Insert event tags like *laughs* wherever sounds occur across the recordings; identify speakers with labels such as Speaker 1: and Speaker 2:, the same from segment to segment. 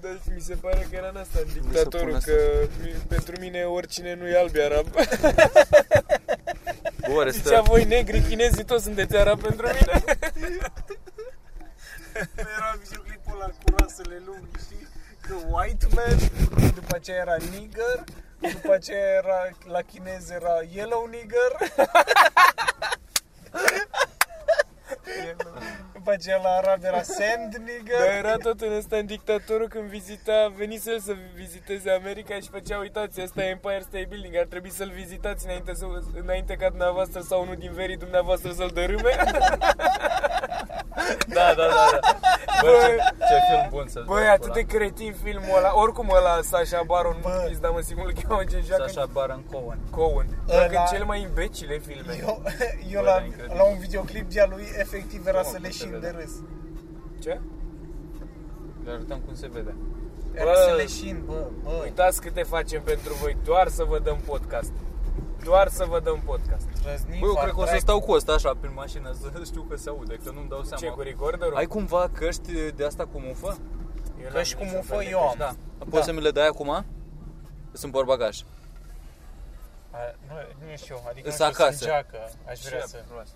Speaker 1: Dar Deci, mi se pare că era în asta
Speaker 2: pun
Speaker 1: dictatorul,
Speaker 2: asta.
Speaker 1: că mi- pentru mine oricine nu e alb e arab. *laughs*
Speaker 2: Ore
Speaker 1: Zicea
Speaker 2: stă...
Speaker 1: voi negri, chinezii toți sunteți arab pentru mine. Păi
Speaker 3: Era videoclipul ăla cu rasele lungi, știi? Că white man, după aceea era nigger, după aceea era, la chinez era yellow nigger. după aceea la arab era sand
Speaker 1: Dar
Speaker 3: nigger.
Speaker 1: era tot în ăsta în dictatorul când vizita, venise el să viziteze America și făcea, uitați, ăsta e Empire State Building, ar trebui să-l vizitați înainte, să, înainte ca dumneavoastră sau unul din verii dumneavoastră să-l dărâme. *laughs*
Speaker 2: Da, da, da, da. Bă, ce, ce film bun să
Speaker 1: Băi, atât de cretin filmul ăla, oricum ăla Sasha Baron, nu știți, dar mă sigur că cheamă ce joacă
Speaker 2: Așa Baron Cohen.
Speaker 1: Cohen.
Speaker 3: Ăla-
Speaker 1: Dacă cel mai imbecile filme.
Speaker 3: Eu, *laughs* eu
Speaker 2: Bă,
Speaker 3: la,
Speaker 2: da, incredibil.
Speaker 3: la un videoclip de-a lui efectiv era
Speaker 2: Mamă,
Speaker 3: să
Speaker 2: cât se
Speaker 3: leșin de
Speaker 2: vede.
Speaker 3: râs.
Speaker 1: Ce?
Speaker 2: Le arătăm cum se vede.
Speaker 3: Era
Speaker 1: Bă.
Speaker 3: să leșin, bă, bă,
Speaker 1: Uitați câte facem pentru voi, doar să vă dăm podcast. Doar să vă dăm podcast.
Speaker 3: trăznit,
Speaker 2: Bă, eu cred că o să
Speaker 3: fardrac.
Speaker 2: stau cu ăsta așa prin mașină, să *laughs* știu că se aude, că nu-mi dau seama.
Speaker 1: Ce, cu recorderul?
Speaker 2: Ai cumva căști de asta cu mufă?
Speaker 1: Eu
Speaker 3: Că și
Speaker 1: n-am
Speaker 3: cum
Speaker 1: niciun
Speaker 3: o
Speaker 1: fel
Speaker 3: fă
Speaker 1: de
Speaker 3: eu am.
Speaker 2: Da. Poți
Speaker 3: Da.
Speaker 2: să mi le dai acum? Sunt por bagaj.
Speaker 3: A, Nu, nu știu, adică
Speaker 2: Îs
Speaker 3: nu știu,
Speaker 2: acasă.
Speaker 3: sunt geacă, aș vrea
Speaker 2: Ce
Speaker 3: să...
Speaker 2: prost.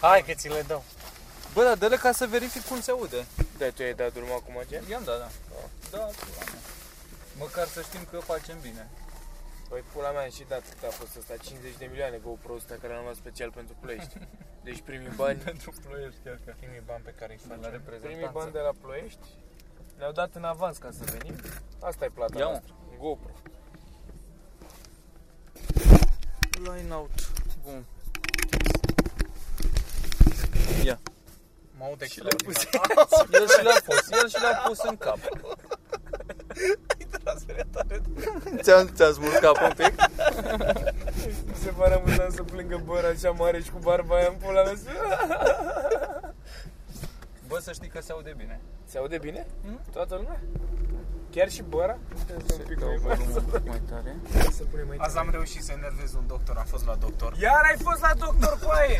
Speaker 3: Hai că ți le dau.
Speaker 2: Bă, dar dă-le ca să verific cum se aude.
Speaker 1: Da, tu ai dat urmă acum, ce?
Speaker 2: I-am dat, da. Da, pula mea. Măcar să știm că facem bine. *laughs*
Speaker 1: Păi pula mea și dat cât a fost ăsta, 50 de milioane GoPro ăsta care l-am luat special pentru Ploiești. Deci *laughs* primii bani,
Speaker 2: Pentru ploiești chiar că
Speaker 3: Primii bani pe care îi
Speaker 2: de la
Speaker 3: facem.
Speaker 1: primii
Speaker 2: reprezentanță.
Speaker 1: bani de la Ploiești ne-au dat în avans ca să venim. Asta e plata
Speaker 2: Ia, mă.
Speaker 1: noastră, GoPro.
Speaker 2: Line out. Bun. Ia.
Speaker 3: Mă aud
Speaker 2: Și le-a pus.
Speaker 3: extraordinar.
Speaker 2: El și l-a pus, el și l-a pus în cap. Ți-am, ți-a smuls capul un pic?
Speaker 1: Mi se pare amuzant să plângă băr așa mare și cu barba aia în pula mea. *laughs*
Speaker 2: Bă, să știi că se aude bine.
Speaker 1: Se aude bine?
Speaker 2: Mhm.
Speaker 1: Toată lumea? Chiar și băra? Uite-ți un pic mai mare.
Speaker 2: mai tare.
Speaker 1: Să punem aici.
Speaker 3: Azi am reușit să enervez un doctor, am fost la doctor.
Speaker 1: Iar ai fost la doctor *laughs* coaie!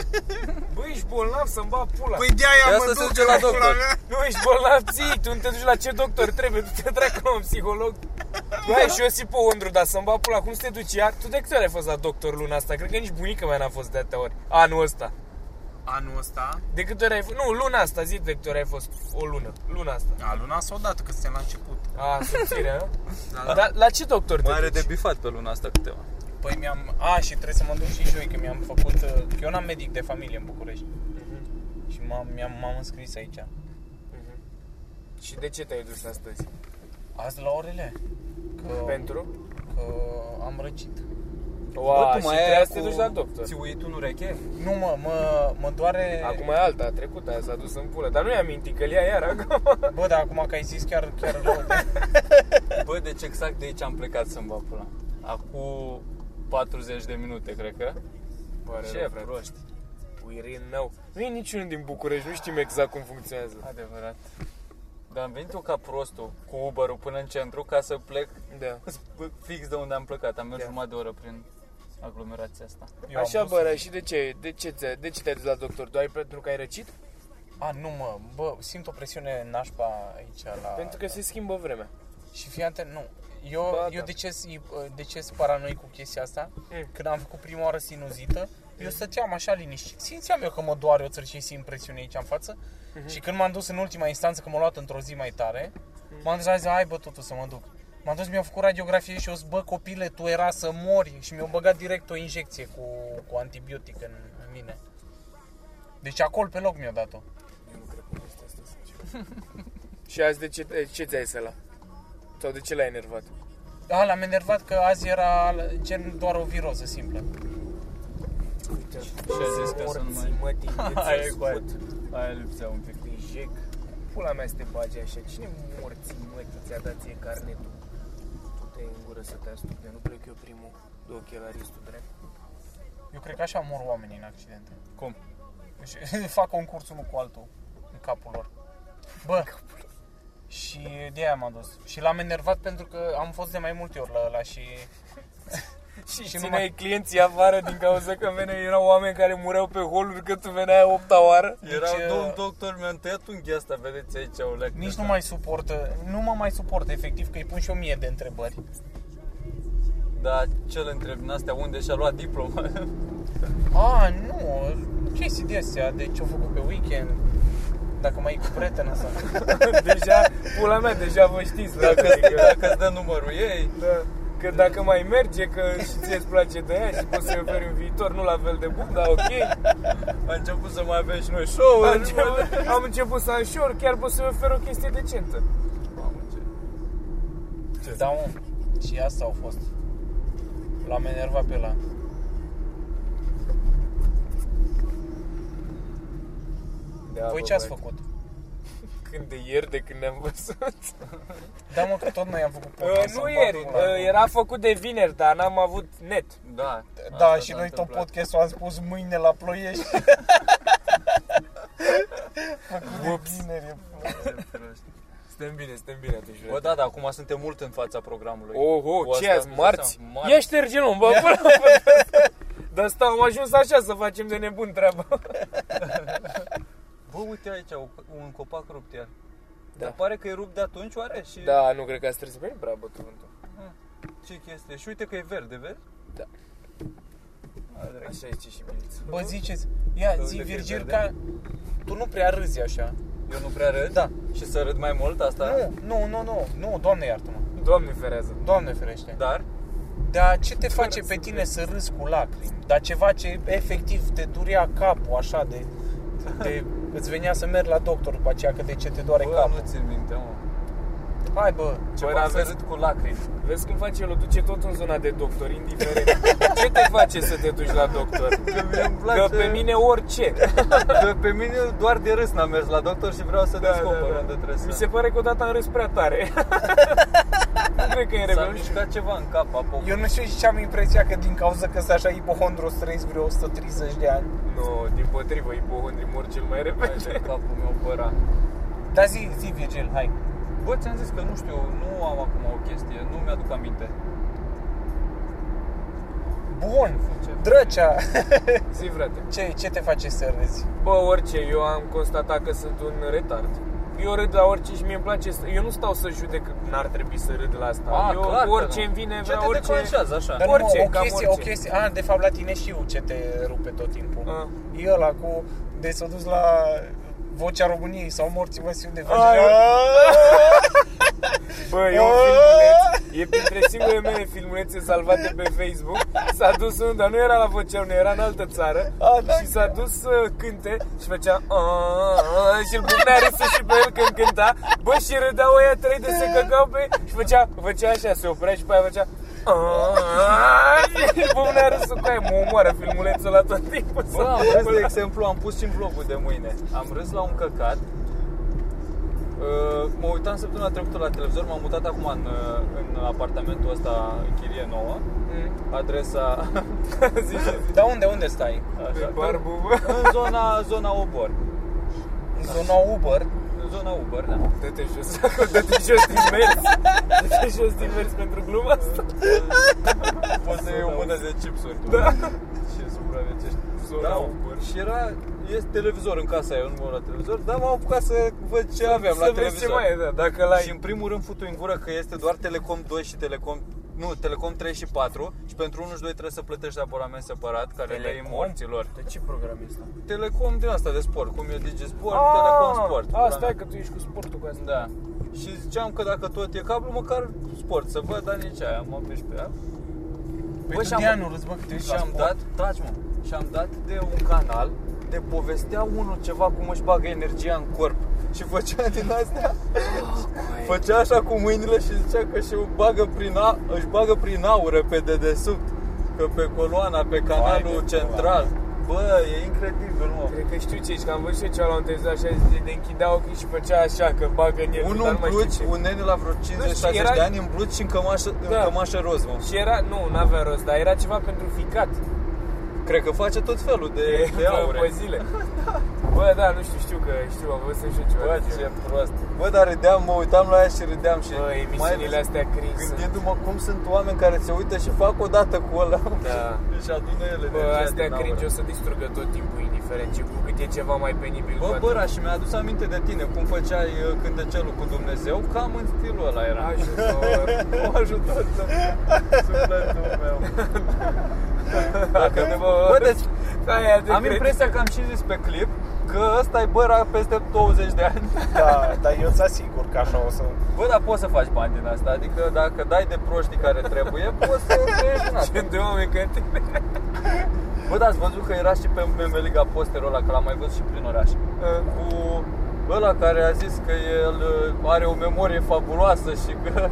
Speaker 1: Bă, ești bolnav să-mi bag pula!
Speaker 3: Păi
Speaker 2: asta
Speaker 3: de-aia mă
Speaker 2: se
Speaker 3: duc
Speaker 2: duce la
Speaker 3: pula
Speaker 2: doctor.
Speaker 3: mea.
Speaker 1: Nu ești bolnav, ții, tu nu te duci la ce doctor trebuie, tu te dracu la un psiholog. Băi, și eu sipoondru, dar să-mi bag pula, cum să te duci iar? Tu de câte ori ai fost la doctor luna asta? Cred că nici bunica mea n-a fost de atâtea ori, anul ăsta.
Speaker 3: Anul ăsta,
Speaker 1: De câte ori ai fost? Nu, luna asta, zi de câte ori ai fost, o lună, luna asta.
Speaker 3: a, luna asta odată, că suntem la început.
Speaker 1: A, subțire, nu?
Speaker 3: Da, da.
Speaker 1: Dar la ce doctor te
Speaker 2: Mai are
Speaker 1: duci?
Speaker 2: de bifat pe luna asta câteva.
Speaker 3: Păi mi-am... A, și trebuie să mă duc și joi, că mi-am făcut... uh, Că eu n-am medic de familie în București.
Speaker 1: Mhm,
Speaker 3: Și m-am, mi-am, m-am înscris aici.
Speaker 1: mhm. Și de ce te-ai dus astăzi?
Speaker 3: Azi la orele? Că,
Speaker 1: Pentru?
Speaker 3: că am răcit.
Speaker 1: Oa, și
Speaker 2: ai
Speaker 1: trebuia
Speaker 2: aia
Speaker 1: să te duci la doctor.
Speaker 2: Ți uit un ureche?
Speaker 3: Nu mă, mă, mă doare...
Speaker 1: Acum e alta, a trecut, aia s-a dus în pulă. Dar nu-i aminti că ia iar acum.
Speaker 3: Bă, dar acum că ai zis chiar, chiar
Speaker 1: *laughs*
Speaker 3: rău.
Speaker 2: Bă, deci exact de aici am plecat să-mi bag pula. Acum 40 de minute, cred că.
Speaker 1: Pare
Speaker 2: Ce
Speaker 1: rău, frate.
Speaker 2: proști.
Speaker 1: Uirin nou. Nu e niciunul din București, nu știm exact cum funcționează.
Speaker 2: Adevărat. Dar am venit eu ca prostul cu uber până în centru ca să plec *laughs*
Speaker 1: Da.
Speaker 2: fix de unde am plecat. Am mers
Speaker 1: Da.
Speaker 2: jumătate de oră prin aglomerația asta.
Speaker 3: Eu am
Speaker 1: Așa,
Speaker 3: dus-
Speaker 1: bă, și de ce, de ce, ți-a- de ce te-ai dus la doctor? Doar pentru că ai răcit?
Speaker 3: A, nu mă, bă, simt o presiune nașpa aici la...
Speaker 1: pentru că se schimbă vremea.
Speaker 3: Și fii atent, nu. Eu,
Speaker 1: Ba,
Speaker 3: eu
Speaker 1: da.
Speaker 3: de ce de ce paranoic cu chestia asta?
Speaker 1: Mm.
Speaker 3: Când am făcut prima oară sinuzită, eu stăteam așa liniștit. Simțeam eu că mă doare o țări și simt presiune aici în față.
Speaker 1: Mhm.
Speaker 3: Și când m-am dus în ultima instanță, că m-a luat într-o zi mai tare,
Speaker 1: Mhm.
Speaker 3: m-am dus la zi, hai bă, totul să mă duc. M-am dus, mi-am făcut radiografie și o zis, bă, copile, tu era să mori. Și mi-au băgat direct o injecție cu, cu antibiotic în, în mine. Deci acolo pe loc mi-a dat-o.
Speaker 1: Eu nu cred că este asta *laughs* Și azi de ce, de ce ți-ai să la? Sau de ce l-ai enervat?
Speaker 3: Da, l-am enervat că azi era gen doar o viroză simplă.
Speaker 1: Uite,
Speaker 2: Și a zis că sunt mai...
Speaker 1: mă, din
Speaker 2: *laughs* Aia e cu aia. Aia lipsea un pic.
Speaker 1: jec. Pula mea să te bage așa. Cine morții, mă, ți-a dat ție carnetul? Tu te în gură să te astupe, nu plec eu primul de ochelaristul drept.
Speaker 3: Eu cred că așa mor oamenii în accidente.
Speaker 2: Cum?
Speaker 3: Deci, *laughs* fac concurs unul cu altul în capul lor. Bă, și de aia m-am dus. Și l-am enervat pentru că am fost de mai multe ori la ăla și
Speaker 1: *laughs* Și Și,
Speaker 3: Și
Speaker 1: țineai
Speaker 3: numai-
Speaker 1: clienții afară din cauza că vene, erau oameni care mureau pe holuri că tu veneai a opta oară.
Speaker 2: Erau
Speaker 3: Deci,
Speaker 2: domn
Speaker 3: uh,
Speaker 2: doctor, mi-am tăiat unghia asta, vedeți aici, o leacă.
Speaker 3: Nici nu mai suportă, nu mă mai suportă efectiv că îi pun și o mie de întrebări.
Speaker 2: Da, ce-l întreb din astea, unde și-a luat
Speaker 3: *laughs*
Speaker 2: diploma?
Speaker 3: A, nu, chestii de astea, de ce-au făcut pe weekend, dacă mai e cu prietena sa.
Speaker 1: *laughs* deja, pula mea, deja vă știți.
Speaker 2: Dacă,
Speaker 1: practic, că-
Speaker 2: dacă îți dă numărul ei,
Speaker 1: Da. Că dacă mai merge, că și ție îți place de ea și poți să-i oferi un viitor, nu la fel de bun, dar
Speaker 2: *laughs*
Speaker 1: ok.
Speaker 2: a început să mai avem și noi
Speaker 1: Am
Speaker 2: show-uri. mă,
Speaker 1: început, am început să anșor, chiar poți să-i oferi o chestie decentă.
Speaker 2: Mamă, ce-
Speaker 3: Da, mă, și asta au fost. L-am enervat pe la.
Speaker 1: Da,
Speaker 3: Voi
Speaker 1: bă,
Speaker 3: ce ați
Speaker 1: băiat.
Speaker 3: făcut?
Speaker 1: Când de ieri, de când ne-am văzut.
Speaker 3: Da, mă, că tot noi am făcut podcast.
Speaker 1: Uh,
Speaker 3: am
Speaker 1: nu
Speaker 3: bat
Speaker 1: ieri,
Speaker 3: pula.
Speaker 1: uh, era făcut de vineri, dar n-am avut net.
Speaker 2: Da,
Speaker 3: Da,
Speaker 2: asta
Speaker 3: și
Speaker 2: s-a
Speaker 3: noi tot
Speaker 2: întâmplat.
Speaker 3: podcastul am spus mâine la ploiești. Făcut de vineri, e pula. *laughs*
Speaker 1: Stăm bine, stăm bine atunci.
Speaker 2: Bă, da, da, acum suntem mult în fața programului.
Speaker 1: da. Oho,
Speaker 2: Cu
Speaker 1: ce
Speaker 2: asta
Speaker 1: azi,
Speaker 2: mi se
Speaker 1: marți? Da.
Speaker 2: seama,
Speaker 1: Ia șterge nu, bă, *laughs* până Dar stau, am ajuns așa să facem de nebun treaba.
Speaker 2: Bă, uite aici, o- un copac rupt iar.
Speaker 1: Da.
Speaker 2: Da. Dar pare că e rupt de atunci oare? Și
Speaker 1: Da, nu cred că ați trebuit să bem prea bătuvântul.
Speaker 2: ce chestie? Și uite că e verde, vezi?
Speaker 1: Da.
Speaker 2: A, dracu.
Speaker 1: Așa zice și Milița.
Speaker 3: Bă, ziceți, ia,
Speaker 2: Da,
Speaker 3: zi,
Speaker 2: uite că e
Speaker 3: Virgil,
Speaker 2: verde.
Speaker 3: ca... Tu nu prea râzi așa.
Speaker 2: Eu nu prea râd?
Speaker 3: Da.
Speaker 2: Și să râd mai mult asta?
Speaker 3: Nu, nu, nu, nu, nu, doamne iartă-mă.
Speaker 1: Doamne ferează.
Speaker 3: Doamne ferește.
Speaker 2: Dar?
Speaker 3: Dar ce te face pe tine să râzi cu lacrimi? Dar ceva ce efectiv te durea capul așa de... de îți venea să mergi la doctor după aceea că de ce te doare
Speaker 2: Bă,
Speaker 3: capul.
Speaker 2: nu țin minte, mă.
Speaker 3: Hai bă,
Speaker 2: Ce
Speaker 1: era
Speaker 2: era să
Speaker 1: verde?
Speaker 2: râd cu lacrimi.
Speaker 1: Vezi cum face el, o duce tot în zona de doctor, indiferent. Ce te face să te duci la doctor?
Speaker 2: Că mie îmi
Speaker 1: Că
Speaker 2: place...
Speaker 1: pe mine orice.
Speaker 2: Că pe mine doar de râs n-am mers la doctor și vreau să da, descoper da, da. unde trebuie să...
Speaker 1: Mi se pare că odată am râs prea
Speaker 2: *laughs*
Speaker 1: tare. nu cred că e în
Speaker 2: S-a
Speaker 1: regulă.
Speaker 2: mișcat ceva în cap, *laughs* apă.
Speaker 3: eu nu știu și ce am impresia că din cauza că sunt așa ipohondru o să trăiesc vreo 130 de ani.
Speaker 1: Nu, din potrivă, ipohondrii mor cel mai repede.
Speaker 2: Haide, capul meu păra.
Speaker 3: Dar zi, zi Virgil, hai.
Speaker 2: Bă, ți-am zis că nu știu, nu am acum o chestie, nu mi-aduc aminte.
Speaker 3: Bun, drăcea.
Speaker 1: Zi, frate.
Speaker 3: Ce, ce te face să râzi?
Speaker 1: Bă, orice, eu am constatat că sunt un retard. Eu râd la orice și mie îmi place să... Eu nu stau să judec că n-ar trebui să râd la asta.
Speaker 2: A,
Speaker 1: eu
Speaker 2: Ah, clar că
Speaker 1: orice
Speaker 2: nu.
Speaker 1: îmi vine,
Speaker 2: Ce
Speaker 1: vreau
Speaker 2: te
Speaker 1: orice...
Speaker 2: declanșează așa?
Speaker 3: Dar
Speaker 1: Orice,
Speaker 3: nu, mă, o
Speaker 1: cam
Speaker 3: chestie,
Speaker 1: orice.
Speaker 3: o chestie, a, de fapt la tine știu ce te rupe tot timpul.
Speaker 1: A.
Speaker 3: E ăla cu, de s-a dus la vocea României sau morții vă simt de faci.
Speaker 1: A, eu-
Speaker 3: A,
Speaker 1: Bă, e un filmuleț, e printre singurele mele filmulețe salvate pe Facebook. S-a dus unul, dar nu era la vocea unei, era în altă țară.
Speaker 3: A, da.
Speaker 1: și s-a dus să cânte și făcea "Aaaa", și îl bucnea râsul și pe el când cânta. Bă, și râdeau ăia trei de se căcau pe și făcea, făcea așa, se oprea și pe aia făcea "Ah, "Aaaa", și îl bucnea râsul cu aia, mă omoară filmulețul la tot timpul.
Speaker 2: Bă, am râs, de exemplu, am pus și în vlogul de mâine. Am râs la un căcat. Uh, Mă uitam săptămâna trecută la televizor, m-am mutat acum în, uh, în apartamentul ăsta în chirie nouă.
Speaker 1: Mm.
Speaker 2: Adresa,
Speaker 1: Zici, zici,
Speaker 3: Dar unde, unde stai?
Speaker 1: pe
Speaker 2: *laughs* așa,
Speaker 1: barbu, bă.
Speaker 2: în zona, zona Obor.
Speaker 3: În
Speaker 1: Da.
Speaker 3: zona Uber?
Speaker 2: În zona Uber, da.
Speaker 1: Dă-te jos, *laughs* dă-te jos din mers Dă-te jos din mers pentru gluma asta
Speaker 2: Poți să iei o mână de chipsuri.
Speaker 1: Da.
Speaker 2: Și supraviețești.
Speaker 1: Zona
Speaker 2: Da,
Speaker 1: Uber.
Speaker 2: și era, este televizor în casa, eu nu mă uit la televizor, dar m-am apucat să văd ce aveam la
Speaker 1: Să vezi ce
Speaker 2: televizor.
Speaker 1: mai e, da, dacă
Speaker 2: Și în
Speaker 1: l-ai
Speaker 2: primul rând futu în gură că este doar Telecom 2 și Telecom nu, Telecom 3 și 4 și pentru 1 și 2 trebuie să plătești abonament separat care le dai
Speaker 1: Telecom?
Speaker 2: morților.
Speaker 1: De ce program e ăsta?
Speaker 2: Telecom din asta de sport, cum e Digi Sport,
Speaker 1: Ah,
Speaker 2: Telecom Sport.
Speaker 1: A,
Speaker 2: pula
Speaker 1: stai
Speaker 2: mea.
Speaker 1: că tu ești cu sportul cu asta
Speaker 2: Da. Și ziceam că dacă tot e cablu, măcar sport să văd, dar nici aia, mă oprești pe ea.
Speaker 3: Păi
Speaker 2: Bă,
Speaker 3: tu
Speaker 2: și-am-
Speaker 3: de anul râzi, bă, că te uiți
Speaker 2: Și
Speaker 3: la
Speaker 2: am
Speaker 3: sport.
Speaker 2: Deci dat, taci mă, și am dat de un canal de povestea unul ceva cum își bagă energia în corp și făcea din astea Făcea așa cu mâinile și zicea că și bagă prin a, își bagă prin aură pe dedesubt Că pe coloana, pe canalul
Speaker 3: de
Speaker 2: central Bă, e incredibil, mă
Speaker 1: Cred că știu ce ești, că am văzut și eu ceva la un televizor așa de, de închidea ochii și făcea așa, că bagă în el
Speaker 2: Unul
Speaker 1: dar
Speaker 2: în
Speaker 1: nu mai știu
Speaker 2: blugi,
Speaker 1: ce.
Speaker 2: un nene la vreo 50-60
Speaker 1: era-
Speaker 2: de ani în blugi și în cămașă,
Speaker 1: Da.
Speaker 2: în cămașă roz, mă
Speaker 1: Și era, nu, n-avea rost, dar era ceva pentru ficat
Speaker 2: Cred că face tot felul de, de
Speaker 1: Pe, pe
Speaker 2: aure.
Speaker 1: zile. Bă, da, nu știu, știu că știu, am văzut și eu ceva.
Speaker 2: Bă,
Speaker 1: de
Speaker 2: ce
Speaker 1: genul.
Speaker 2: prost. Bă, dar râdeam, mă uitam la ea și râdeam și...
Speaker 1: Bă, emisiunile
Speaker 2: ales
Speaker 1: astea cringe sunt.
Speaker 2: Gândindu-mă cum sunt oameni care se uită și fac o dată cu ăla
Speaker 1: Da.
Speaker 2: *laughs* și adună ele
Speaker 1: Bă, astea cringe o să distrugă tot timpul, indiferent ce, cu cât e ceva mai penibil. cu
Speaker 2: Bă,
Speaker 1: atât.
Speaker 2: Băra, și mi-a adus aminte de tine cum făceai uh, cântecelul cu Dumnezeu, cam în stilul ăla era. *laughs*
Speaker 1: Ajutor.
Speaker 2: O ajutor să sufletul meu. Dacă ne bă,
Speaker 1: Bă,
Speaker 2: bă
Speaker 1: deci,
Speaker 2: deci,
Speaker 1: aia de
Speaker 2: am
Speaker 1: cred.
Speaker 2: impresia că am și zis pe clip că ăsta e Băra peste 20 de ani.
Speaker 3: Da, dar eu ți asigur că așa o să...
Speaker 2: Bă, dar poți să faci bani din asta, adică dacă dai de proștii care trebuie, poți *laughs* să trăiești din asta.
Speaker 1: Sunt de oameni ca tine.
Speaker 2: Bă, dar ați văzut că era și pe Memeliga posterul ăla, că l-am mai văzut și prin oraș. Cu ăla care a zis că el uh, are o memorie fabuloasă și că...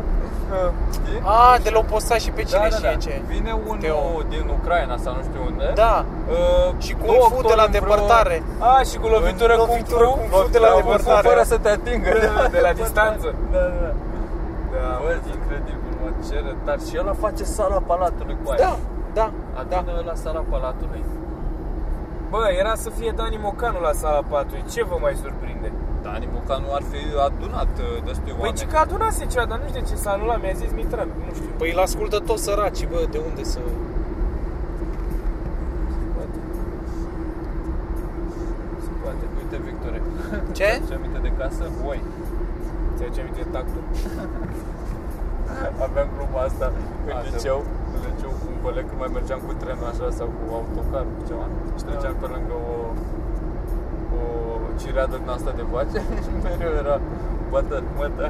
Speaker 2: Știi? Da,
Speaker 3: A, de l-au postat și
Speaker 1: Da,
Speaker 3: pe cine știe ce.
Speaker 2: Vine unul
Speaker 3: Teo.
Speaker 2: din Ucraina sau nu știu unde.
Speaker 3: Da,
Speaker 2: Uh,
Speaker 3: și cu
Speaker 2: doctor
Speaker 3: un fu de la
Speaker 2: în vreo-
Speaker 3: depărtare.
Speaker 1: A, și cu lovitură
Speaker 3: În
Speaker 1: cu un
Speaker 3: lovitură cu
Speaker 1: cu
Speaker 3: un fum de la
Speaker 2: Cu un fum
Speaker 3: depărtare.
Speaker 2: Fără să te atingă
Speaker 1: Da, de
Speaker 2: *laughs*
Speaker 1: la
Speaker 2: depărtare.
Speaker 1: distanță.
Speaker 2: Da, da, da.
Speaker 1: Da,
Speaker 2: Bă, e incredibil, mă, ce retar. Și ăla face sala palatului cu aia.
Speaker 3: Da, da, da.
Speaker 2: Adună la sala palatului.
Speaker 1: Bă, era să fie Dani Mocanu la sala 4 Ce vă mai surprinde?
Speaker 2: Dani Mocanu ar fi adunat uh, destui
Speaker 1: Păi
Speaker 2: oameni.
Speaker 1: ce că adunase ceva, dar nu știu de ce s-a anulat Mi-a zis Mitran, nu știu
Speaker 3: Păi îl ascultă toți săracii, bă, de unde să...
Speaker 2: se poate. Uite, Victore.
Speaker 3: Ce?
Speaker 2: Ce aminte de casă? *laughs* Voi.
Speaker 1: păi, Ți-a ce aminte tactul?
Speaker 2: Aveam gluma asta în
Speaker 1: Asta.
Speaker 2: liceu, în liceu cu un coleg când mai mergeam cu trenul așa sau cu autocarul cu ceva și treceam pe lângă o, o cireadă din asta de vaci *laughs* și mereu era bătă, mătă,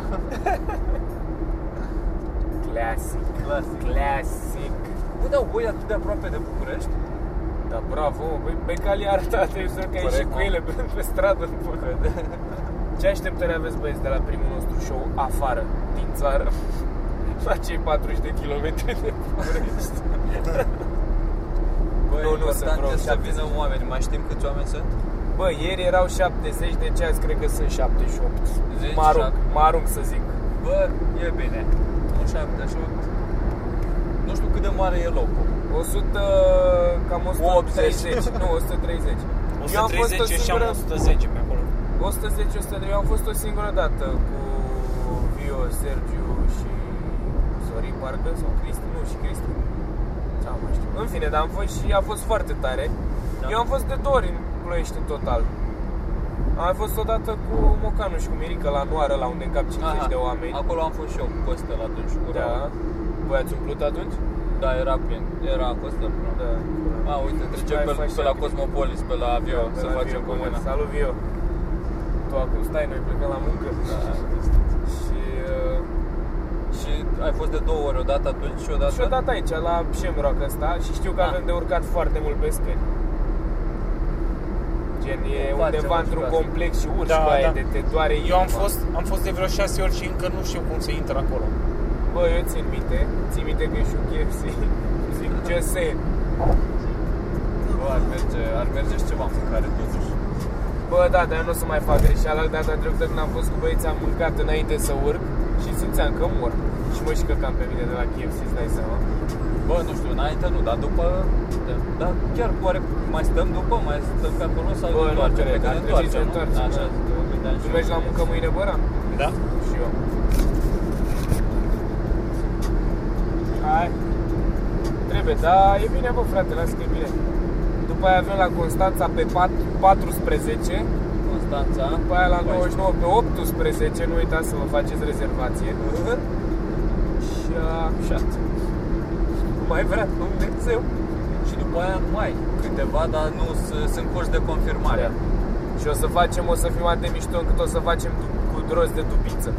Speaker 1: Clasic
Speaker 2: clasic.
Speaker 1: Clasic
Speaker 2: Bă, dar voi atât de aproape de București?
Speaker 1: Da, bravo, mă. băi, Becali a arătat Trebuie că ai
Speaker 2: Corect,
Speaker 1: ieșit cu
Speaker 2: mă.
Speaker 1: ele pe, pe stradă în până. Ce așteptări aveți, băieți, de la primul nostru show afară, din țară? La cei 40 de kilometri de București
Speaker 2: Bă,
Speaker 1: Nu, nu, sunt vreo
Speaker 2: important e să
Speaker 1: 70.
Speaker 2: vină oameni, mai știm câți oameni sunt?
Speaker 1: Bă, ieri erau 70 de ceas, cred că sunt 78
Speaker 2: Zici,
Speaker 1: Mă arunc,
Speaker 2: șapte.
Speaker 1: mă arunc să zic
Speaker 2: Bă, e bine. Un 78. Nu știu cât de mare e locul.
Speaker 1: 100, cam
Speaker 2: 180.
Speaker 1: 130, nu, 130. Eu am fost o
Speaker 3: 130 și am
Speaker 1: singură,
Speaker 3: 110 pe acolo.
Speaker 1: 110, 130, eu am fost o singură dată cu Vio, Sergiu și Sorin parcă, sau Cristi, nu, și Cristi. Sau mai știu. În fine, dar am fost și a fost foarte tare.
Speaker 2: Da.
Speaker 1: Eu am fost de două ori în Ploiești în total. Am mai fost odată cu Mocanu și cu Mirica la Noară, la unde încap 50 de oameni.
Speaker 2: Acolo am fost și eu cu Costel atunci cu Raul.
Speaker 1: Da. Voi ați umplut atunci?
Speaker 2: Da, era plin. Era Costel. Da. A, uite, trece
Speaker 1: Deci mai Da,
Speaker 2: pe,
Speaker 1: faci
Speaker 2: pe la
Speaker 1: activități.
Speaker 2: Cosmopolis, pe la avion, să facem comuna.
Speaker 1: Salut, Vio. Tu acum stai, noi plecăm la muncă.
Speaker 2: Da.
Speaker 1: Și, uh,
Speaker 2: Și ai fost de două ori, odată atunci și odată...
Speaker 1: și odată aici, la Shamrock ăsta, și știu că
Speaker 2: Da.
Speaker 1: avem de urcat foarte mult pe scări. Gen, e
Speaker 2: Facem
Speaker 1: undeva
Speaker 2: o
Speaker 1: într-un
Speaker 2: jucată.
Speaker 1: complex și urci
Speaker 3: Da,
Speaker 1: da, aia
Speaker 3: da.
Speaker 1: de te doare
Speaker 3: Eu am
Speaker 1: inima.
Speaker 3: fost, am fost de vreo 6 ori și încă nu știu cum se intră acolo.
Speaker 1: Bă, eu țin minte, țin minte că e și un KFC. *laughs* Zic, ce se...
Speaker 2: Bă, ar merge, ar merge și ceva în mâncare totuși.
Speaker 1: Bă, da, dar eu nu o să mai fac greșeala Data trecută când am fost cu băieții am mâncat înainte să urc Și simțeam că mor Și mă și căcam pe mine de la KFC, îți dai seama
Speaker 2: Bă, nu știu, înainte nu, dar după... Da, da chiar oare mai stăm după, mai stăm pe acolo sau
Speaker 1: Bă, nu
Speaker 2: ne întoarcem?
Speaker 1: cred,
Speaker 2: Cred că
Speaker 1: ar
Speaker 2: ne
Speaker 1: trebui să
Speaker 2: întoarcem, nu?
Speaker 1: întoarcem,
Speaker 2: Așa,
Speaker 1: da.
Speaker 2: mă gândeam și
Speaker 1: Tu
Speaker 2: eu.
Speaker 1: mergi la muncă mâine, Băra?
Speaker 3: Da?
Speaker 1: Și eu Hai Trebuie, da, e bine, bă, frate, lasă că e bine După aia avem la Constanța pe pat- 14
Speaker 2: Constanța.
Speaker 1: După aia
Speaker 2: Păi.
Speaker 1: la 99 pe 18 Nu uitați să vă faceți rezervație Și așa Nu mai vrea Dumnezeu
Speaker 2: Și după aia în mai câteva, dar nu, s- sunt curs de confirmare.
Speaker 1: Da. Și o să facem, o să fim atât de mișto încât o să facem du- cu rost de dubiță.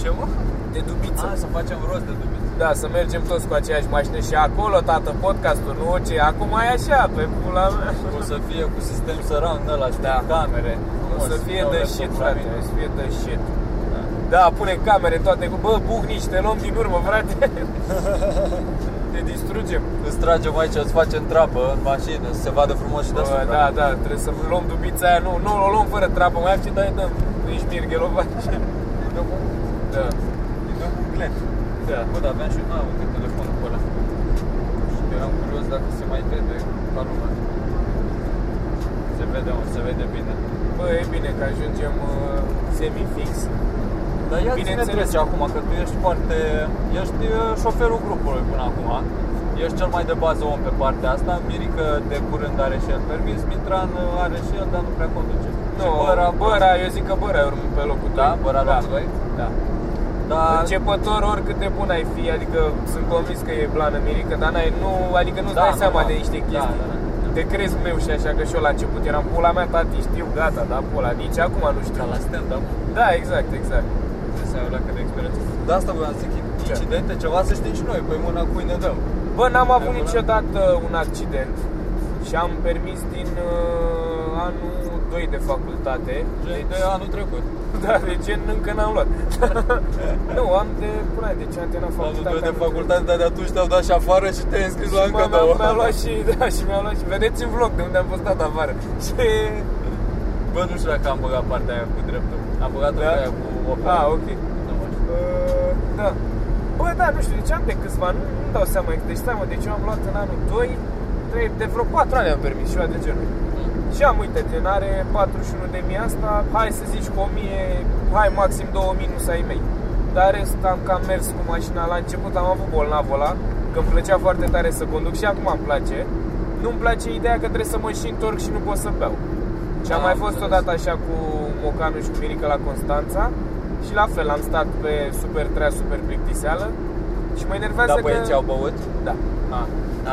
Speaker 2: Ce mă?
Speaker 1: De dubiță.
Speaker 2: A, să facem rost de dubiță.
Speaker 1: Da, să mergem toți cu aceeași mașină și acolo, tată, podcastul, nu ce, acum e așa, pe pula mea.
Speaker 2: O să fie cu sistem surround ăla și da. camere.
Speaker 1: O să fie de shit, frate, o să fie de shit.
Speaker 2: Da.
Speaker 1: Da, pune camere în toate cu, bă, buhnici, te luăm din urmă, frate.
Speaker 2: *laughs*
Speaker 1: te distrugem.
Speaker 2: Îți tragem aici, îți facem trapă în mașină, să se vadă frumos și
Speaker 1: Bă,
Speaker 2: deasupra.
Speaker 1: da, da, trebuie să luăm dubița aia, nu, nu, o luăm fără trapă, mai ce dai, dăm, ești mirghelovat. Da, da.
Speaker 2: da. Bă, dar aveam și eu, n-am uite telefonul pe ăla. Și eram curios dacă se mai vede ca lumea. Se vede, mă, se vede bine.
Speaker 1: Bă, e bine că ajungem uh, semi-fix.
Speaker 2: Dar ia ține
Speaker 1: Bineînțeles.
Speaker 2: trece acum, că tu ești foarte... Ești e, șoferul grupului până acum. Ești cel mai de bază om pe partea asta. Mirica de curând are și el permis. Mitran uh, are și el, dar nu prea conduce.
Speaker 1: Nu,
Speaker 2: Și
Speaker 1: Băra, Băra, eu zic că Băra e urmă pe locul
Speaker 2: Da?
Speaker 1: doi.
Speaker 2: Băra da.
Speaker 1: da.
Speaker 2: Da. Dar
Speaker 1: Începător, oricât de bun ai fi, adică sunt convins că e blană mirică, dar n-ai, nu, adică nu-ți
Speaker 2: Da,
Speaker 1: dai seama
Speaker 2: normal.
Speaker 1: de niște chestii.
Speaker 2: Da, da, da.
Speaker 1: De crezi meu și așa că și eu la început eram pula mea, tati, știu, gata, da, pula, nici acum nu știu.
Speaker 2: ca la stand-up.
Speaker 1: Da, exact, exact. Trebuie să ai la cât de experiență.
Speaker 2: De asta voiam să zic,
Speaker 1: Ce?
Speaker 2: incidente, ceva să știm și noi, păi mâna cui ne dăm.
Speaker 1: Bă, n-am avut
Speaker 2: Neapărat.
Speaker 1: niciodată un accident și am permis din uh, anul 2 de facultate. *laughs*
Speaker 2: Gen de anul trecut.
Speaker 1: Da, de gen încă n-am luat. *laughs* nu, am de, până de ce am terminat
Speaker 2: Anul
Speaker 1: facultatea.
Speaker 2: 2 de
Speaker 1: am-
Speaker 2: facultate, dar de atunci te-au dat și afară și te-ai înscris la
Speaker 1: și
Speaker 2: încă
Speaker 1: mă-
Speaker 2: două.
Speaker 1: mi-am, mi-am luat și, *laughs* da, și mi-am luat și, vedeți în vlog de unde am fost dat afară. *laughs* Și,
Speaker 2: Bă, nu știu dacă am băgat partea aia cu dreptul. Am băgat-o
Speaker 1: Da?
Speaker 2: pe aia cu o
Speaker 1: a, ok.
Speaker 2: Nu mai știu.
Speaker 1: Uh, da. Bă, da, nu știu, deci am de câțiva, nu, nu dau seama, deci stai mă, deci eu am luat în anul 2, 3, de vreo 4 ani am permis și eu de genul. Și am, uite, gen, are 41 de mii asta, hai să zici cu 1000, hai maxim 2000 nu ai mei. Dar în rest am cam mers cu mașina la început, am avut bolnavul ăla, că îmi plăcea foarte tare să conduc și acum îmi place. Nu-mi place ideea că trebuie să mă și întorc și nu pot să beau. Și am
Speaker 2: Am
Speaker 1: mai fost
Speaker 2: Ah, înțeles.
Speaker 1: odată așa cu Mocanu și cu Mirica la Constanța și la fel am stat pe super trea, super plictiseală și mă enervează
Speaker 2: Dar
Speaker 1: că...
Speaker 2: băieții au băut?
Speaker 1: Da.
Speaker 2: A,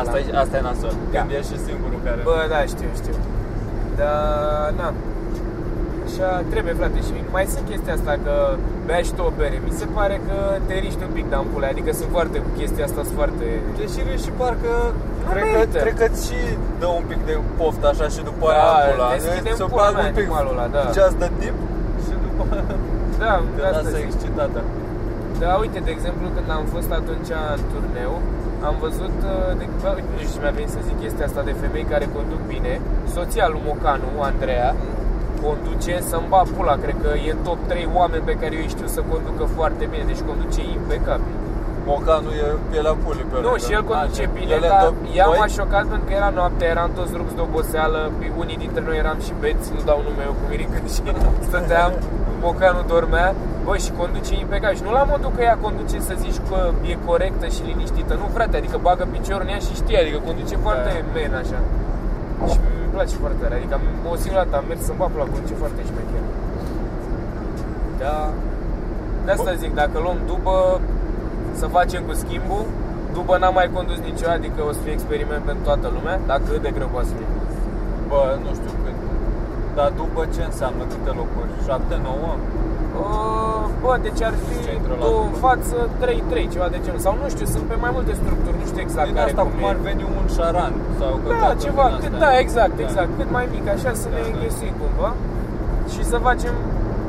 Speaker 2: asta,
Speaker 1: Da.
Speaker 2: e, asta e nasol.
Speaker 1: Da.
Speaker 2: Când ești și singurul care...
Speaker 1: Bă, da, știu, știu. Dar, na. Așa trebuie, frate, și mai sunt chestia asta că bea și tu o bere. Mi se pare că te riști un pic de ampule, adică sunt foarte, cu chestia asta sunt foarte...
Speaker 2: Deși râzi și parcă...
Speaker 1: Nu
Speaker 2: Cred că,
Speaker 1: merită.
Speaker 2: cred că ți și dă un pic de poftă așa și după
Speaker 1: Da,
Speaker 2: aia acolo.
Speaker 1: deschide-mi
Speaker 2: Ți-o
Speaker 1: pula
Speaker 2: bag
Speaker 1: mea
Speaker 2: un pic
Speaker 1: animalul ăla, da.
Speaker 2: Just the dip și după aia
Speaker 1: Da,
Speaker 2: te
Speaker 1: de asta
Speaker 2: lasă
Speaker 1: zic.
Speaker 2: excitată.
Speaker 1: Da, uite, de exemplu, când am fost atunci în turneu, am văzut, uh, de, bă, uite, nu știu ce mi-a venit să zic chestia asta de femei care conduc bine. Soția lui Mocanu, Andreea, conduce să-mi bat pula. Cred că e în top 3 oameni pe care eu îi știu să conducă foarte bine, deci conduce impecabil.
Speaker 2: Mocanul e pielea pulii pe
Speaker 1: Nu,
Speaker 2: lângă.
Speaker 1: și el conduce
Speaker 2: Așa.
Speaker 1: bine,
Speaker 2: Ele
Speaker 1: dar
Speaker 2: dă-
Speaker 1: ea
Speaker 2: Băi,
Speaker 1: m-a șocat pentru că era noaptea, eram toți rupți de oboseală, Păi, unii dintre noi eram și beți, nu dau nume eu cu mirică *laughs* și stăteam, Mocanul dormea, bă, și conduce impecabil. Și nu la modul că ea conduce să zici că e corectă și liniștită, nu frate, adică bagă piciorul în ea și știe, adică conduce
Speaker 2: Da.
Speaker 1: foarte men așa. Și îmi place foarte tare, adică am- o singură dată am mers să-mi bapă la conduce foarte șmecher.
Speaker 2: Da.
Speaker 1: De asta zic, dacă luăm după, să facem cu schimbul. După n-am mai condus nicio, adică o să fie experiment pentru toată lumea, dacă cât de greu poate să fie.
Speaker 2: Bă, nu știu cât. Dar după ce înseamnă câte locuri? 7, 9?
Speaker 1: Uh, Bă, deci ar fi
Speaker 2: Ce intră la
Speaker 1: două în
Speaker 2: după?
Speaker 1: față, 3-3, ceva de genul. Sau nu știu, sunt pe mai multe structuri, nu știu exact
Speaker 2: Din
Speaker 1: care
Speaker 2: asta
Speaker 1: cum
Speaker 2: cum ar
Speaker 1: e.
Speaker 2: veni un șaran sau
Speaker 1: Da,
Speaker 2: căcatul
Speaker 1: ceva,
Speaker 2: din
Speaker 1: cât,
Speaker 2: astea.
Speaker 1: da, exact,
Speaker 2: Da.
Speaker 1: exact. Cât mai mic, așa să
Speaker 2: Da,
Speaker 1: ne
Speaker 2: da.
Speaker 1: înghesuim cumva. Și să facem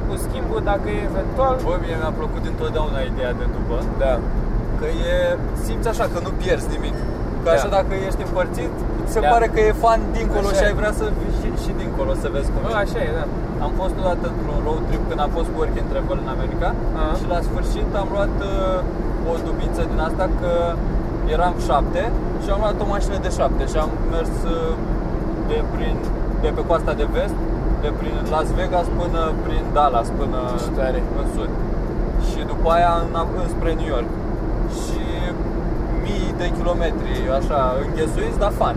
Speaker 1: cu schimbul, dacă e eventual.
Speaker 2: Bă, mie mi-a plăcut întotdeauna ideea de după
Speaker 1: Da.
Speaker 2: Că e, simți așa că nu pierzi nimic Că
Speaker 1: Da.
Speaker 2: așa dacă ești împărțit Se
Speaker 1: Da.
Speaker 2: pare că e fan dincolo
Speaker 1: Așa
Speaker 2: și
Speaker 1: e.
Speaker 2: ai vrea să vii și, și dincolo Să vezi cum
Speaker 1: Bă,
Speaker 2: e.
Speaker 1: așa e, da.
Speaker 2: Am fost odată într-un road trip când am fost cu Work and Travel în America
Speaker 1: Aha.
Speaker 2: și la sfârșit am luat uh, o dubință din asta că eram șapte și am luat o mașină de șapte și am mers uh, de, prin, de pe coasta de vest, de prin Las Vegas până prin Dallas, până
Speaker 1: Ce tare.
Speaker 2: în sud. Și după aia înapoi spre New York. Și mii de kilometri, așa, înghesuiți, dar fan.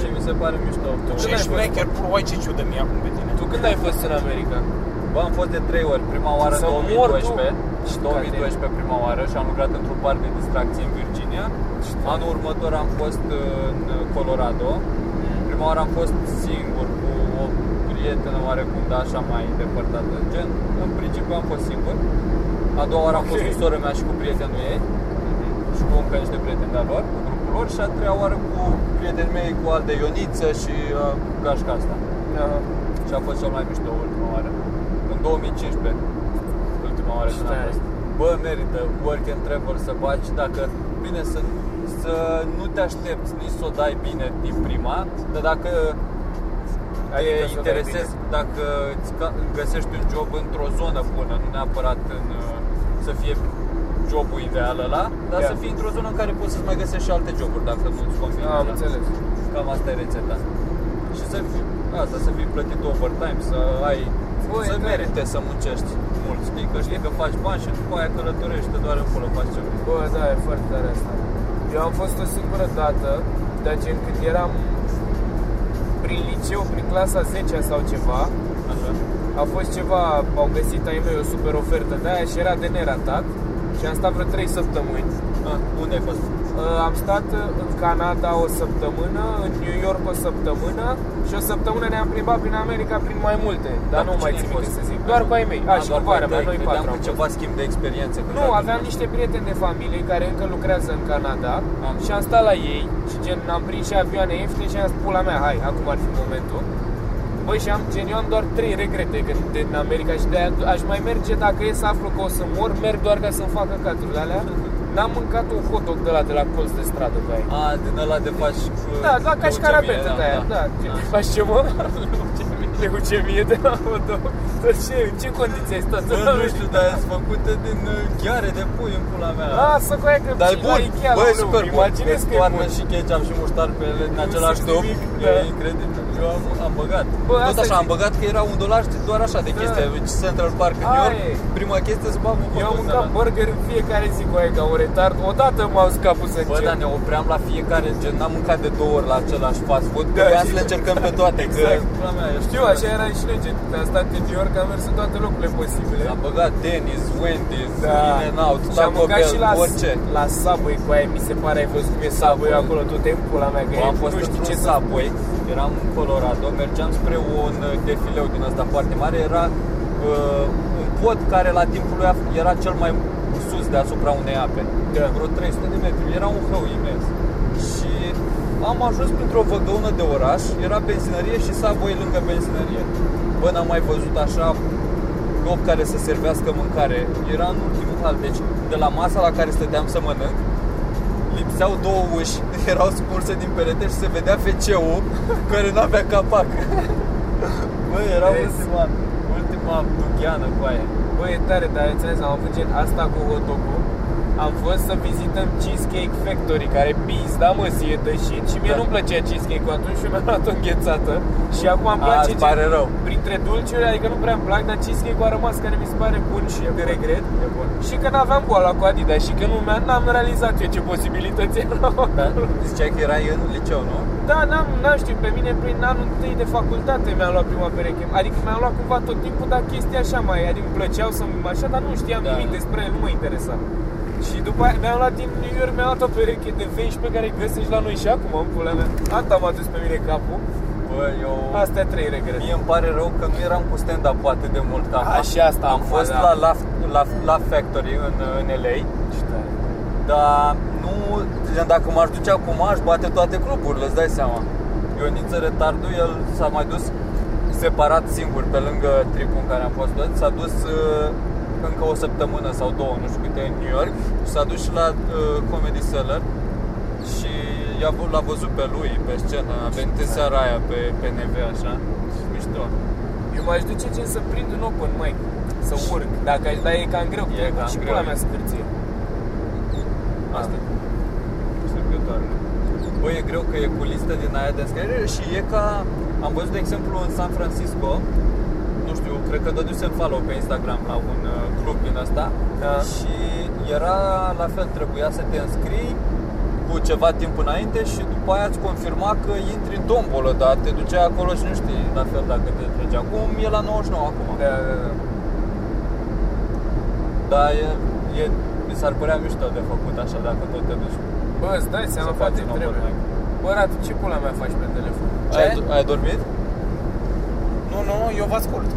Speaker 2: Și mi se pare mișto.
Speaker 1: Ce
Speaker 3: Ce
Speaker 1: n-ai făcut?
Speaker 3: șmecher, pur, uai, ce ciudă mi acum pe tine.
Speaker 1: Tu când ai fost în America?
Speaker 2: Bă, am fost de 3 ori, prima oară în
Speaker 1: Să mor
Speaker 2: 2012
Speaker 1: tu.
Speaker 2: și 2012
Speaker 1: adică-
Speaker 2: prima oară și am lucrat într-un parc de distracție în Virginia. Anul următor am fost în Colorado. Prima oară am fost singur cu o prietenă oarecum, dar așa mai depărtată. Gen, în principiu am fost singur. A doua oară am fost
Speaker 1: Ok.
Speaker 2: cu sora mea și cu prietenul ei și cu încă niște prieteni de-a lor, cu grupul lor și a treia oară cu prietenii mei cu al de Ioniță și uh, gașca asta.
Speaker 1: Aha.
Speaker 2: Și a fost cel mai mișto ultima oară. În 2015, ultima oară
Speaker 1: Ce
Speaker 2: când am
Speaker 1: tare.
Speaker 2: fost. Bă, merită work and travel să faci dacă, bine, să, să nu te aștepți nici să o dai bine din prima, dar dacă
Speaker 1: Adică să o
Speaker 2: te
Speaker 1: dai
Speaker 2: interesezi, dacă îți ca- găsești un job într-o zonă bună, nu neapărat în, uh, să fie jobul ideal ăla, dar
Speaker 1: Da.
Speaker 2: să fii într-o zonă în care poți să-ți mai găsești și alte joburi dacă nu-ți convine. da.
Speaker 1: Am
Speaker 2: ăla.
Speaker 1: înțeles.
Speaker 2: Că Cam asta e rețeta. Și să fii, asta, să fii plătit overtime, să ai,
Speaker 1: Bă, e
Speaker 2: să
Speaker 1: tare.
Speaker 2: merite să muncești mult, știi, că știi că faci bani și după aia călătorești, că doar în pulă faci ce vrei.
Speaker 1: Bă, da, e foarte tare asta. Eu am fost o singură dată, dar gen când eram prin liceu, prin clasa 10 sau ceva,
Speaker 2: Așa.
Speaker 1: a fost ceva, au găsit ai mei o super ofertă de aia și era de neratat și am stat vreo 3 săptămâni.
Speaker 2: A, Da, unde ai fost?
Speaker 1: Uh, Am stat în Canada o săptămână, în New York o săptămână și o săptămână ne-am plimbat prin America prin mai multe, dar
Speaker 2: Dar
Speaker 1: nu
Speaker 2: cu
Speaker 1: mai
Speaker 2: cine
Speaker 1: țin
Speaker 2: ai
Speaker 1: minte
Speaker 2: fost?
Speaker 1: să zic. Doar cu ai mei, a,
Speaker 2: Ah,
Speaker 1: și
Speaker 2: doar
Speaker 1: cu vara mea,
Speaker 2: tăi,
Speaker 1: noi
Speaker 2: credeam
Speaker 1: patru
Speaker 2: că
Speaker 1: am fost.
Speaker 2: ceva schimb de experiențe. că da,
Speaker 1: Nu,
Speaker 2: dacă-
Speaker 1: aveam niște prieteni de familie care încă lucrează în Canada
Speaker 2: Am.
Speaker 1: și am stat la ei și gen am prins și avioane ieftine și am spus pula mea, hai, acum ar fi momentul. Băi, și am, gen, eu am doar trei regrete când de în America și de aș mai merge dacă e să aflu că o să mor, merg doar ca să-mi fac căcaturile alea. N-am mâncat un hot dog de la, de la colț de stradă pe aia.
Speaker 2: A, din ăla de faci... uh, cu-
Speaker 1: Da, da, ca și
Speaker 2: leucemie,
Speaker 1: carabetă de aia, da. Ce faci ce, *laughs* mă? Leucemie de la hot dog. Dar ce, în ce condiții ai stat?
Speaker 2: Bă, Da. nu știu, dar sunt făcute din uh, ghiare de pui în pula mea.
Speaker 1: Lasă cu aia că
Speaker 2: Dar e
Speaker 1: și la
Speaker 2: bun,
Speaker 1: Ikea,
Speaker 2: bă,
Speaker 1: la
Speaker 2: e
Speaker 1: Blue,
Speaker 2: super bun.
Speaker 1: Imaginez că e
Speaker 2: Toarnă
Speaker 1: bun.
Speaker 2: și ketchup și muștar pe ele în
Speaker 1: Nu
Speaker 2: același
Speaker 1: simți
Speaker 2: top.
Speaker 1: nimic,
Speaker 2: E
Speaker 1: da.
Speaker 2: incredibil. Eu am, am băgat.
Speaker 1: Bă,
Speaker 2: Tot
Speaker 1: asta
Speaker 2: așa, am
Speaker 1: zic.
Speaker 2: băgat că era un dolar, știi, doar așa de
Speaker 1: Da.
Speaker 2: chestia. Deci Central Park în New York,
Speaker 1: Aia e.
Speaker 2: prima chestie să bag un
Speaker 1: Eu am
Speaker 2: cocos
Speaker 1: mâncat
Speaker 2: ăla.
Speaker 1: burger în fiecare zi cu aia ca un retard. Odată m-au scapul să
Speaker 2: Bă,
Speaker 1: încerc.
Speaker 2: dar ne opream la fiecare gen, n-am mâncat de două ori la același fast food, că voiam să le încercăm pe toate, că...
Speaker 1: Da, Exact.
Speaker 2: Pula mea, e
Speaker 1: Știu, așa era și noi, gen, am stat în New York, am mers în toate locurile posibile.
Speaker 2: Am băgat Dennis, Wendy's,
Speaker 1: Da.
Speaker 2: In-N-Out,
Speaker 1: și am
Speaker 2: Taco
Speaker 1: mâncat
Speaker 2: Bell,
Speaker 1: și la,
Speaker 2: orice.
Speaker 1: la Subway cu aia, mi se pare, ai văzut cum e Subway acolo, tot timpul la mea, că
Speaker 2: Eu am
Speaker 1: e-
Speaker 2: fost
Speaker 1: nu știu ce să...
Speaker 2: Subway, eram în Colorado, mergeam spre un uh, defileu din asta foarte mare, era uh, un pod care la timpul lui a- era cel mai sus deasupra unei ape.
Speaker 1: Da.
Speaker 2: Vreo 300 de metri, era un hău imens. Și am ajuns printr-o văgăună de oraș, era benzinărie și Subway lângă benzinărie. Bă, n-am mai văzut așa loc care să servească mâncare. Era în ultimul hal, deci de la masa la care stăteam să mănânc, lipseau două
Speaker 1: *laughs*
Speaker 2: uși, erau scurse din perete și se vedea feceu care n-avea
Speaker 1: *laughs*
Speaker 2: capac. Bă, era
Speaker 1: Vezi?
Speaker 2: ultima, ultima dugheană cu aia.
Speaker 1: Bă, e tare, dar înțeles, am avut gen asta cu hot dog-ul. Am fost să vizităm Cheesecake Factory, care e pizda, mă, ție dășit și mie
Speaker 2: Da.
Speaker 1: nu-mi plăcea cheesecake-ul atunci și mi-am luat o înghețată și acum îmi place
Speaker 2: A, îți pare
Speaker 1: gen-
Speaker 2: rău.
Speaker 1: printre dulciuri, adică nu prea îmi plac, dar cheesecake-ul a rămas care mi se pare bun și de regret.
Speaker 2: E bun.
Speaker 1: Și că n-aveam goala cu Adidas și că nu mi-am n-am realizat eu ce posibilități erau. *laughs*
Speaker 2: Da? Ziceai că erai în liceu, nu?
Speaker 1: Da, n-am, n-am știut, pe mine prin anul întâi de facultate mi-am luat prima pereche. Adică mi-am luat cumva tot timpul, dar chestii așa mai, adică îmi plăceau să așa, dar nu știam
Speaker 2: Da.
Speaker 1: nimic despre ele, nu mă interesa. Și după aia mi-am luat din New York, mi-am luat o pereche de veni pe care îi găsești la noi și acum, în pula mea. Asta m-a dus pe mine capul.
Speaker 2: Bă, eu...
Speaker 1: Astea trei regrete.
Speaker 2: Mie îmi pare rău că nu eram cu stand-up atât de mult.
Speaker 1: A, și asta
Speaker 2: Am
Speaker 1: acum,
Speaker 2: fost
Speaker 1: da.
Speaker 2: la Laugh, Laugh, Laugh Factory în, în LA. Dar nu, gen, dacă m-aș duce acum, aș bate toate cluburile, îți dai seama. Ioniță Retardu, el s-a mai dus separat singur pe lângă tripul în care am fost toți, s-a dus uh, încă o săptămână sau două, nu știu câte, în New York și s-a dus și la uh, Comedy Cellar și i-a vă- l-a văzut pe lui pe scenă, a venit în seara aia pe, pe NV, așa, și mișto.
Speaker 1: Eu m-aș duce gen să prind un open mic, să urc, dacă aș da e cam greu,
Speaker 2: E
Speaker 1: că
Speaker 2: cam
Speaker 1: și
Speaker 2: greu,
Speaker 1: pula
Speaker 2: e.
Speaker 1: mea scârție.
Speaker 2: Asta e. Sârbătoare. Bă, e greu că e cu listă din aia de înscriere și e ca... Am văzut, de exemplu, în San Francisco, nu știu, cred că dădusem follow pe Instagram la un uh, club din asta
Speaker 1: Da.
Speaker 2: și era la fel, trebuia să te înscrii cu ceva timp înainte și după aia îți confirma că intri în tombolă, dar te ducea acolo și nu știi la fel dacă te trece acum, e la 99 acum.
Speaker 1: Da, da, da.
Speaker 2: Dar e, e, mi s-ar părea mișto de făcut așa dacă tot te duci.
Speaker 1: Bă, îți dai seama,
Speaker 2: Să
Speaker 1: poate
Speaker 2: faci un
Speaker 1: trebuie.
Speaker 2: open
Speaker 1: Bă, Radu, ce pula mea faci pe telefon?
Speaker 2: Ai, ai dormit?
Speaker 3: Nu, nu, eu vă ascult.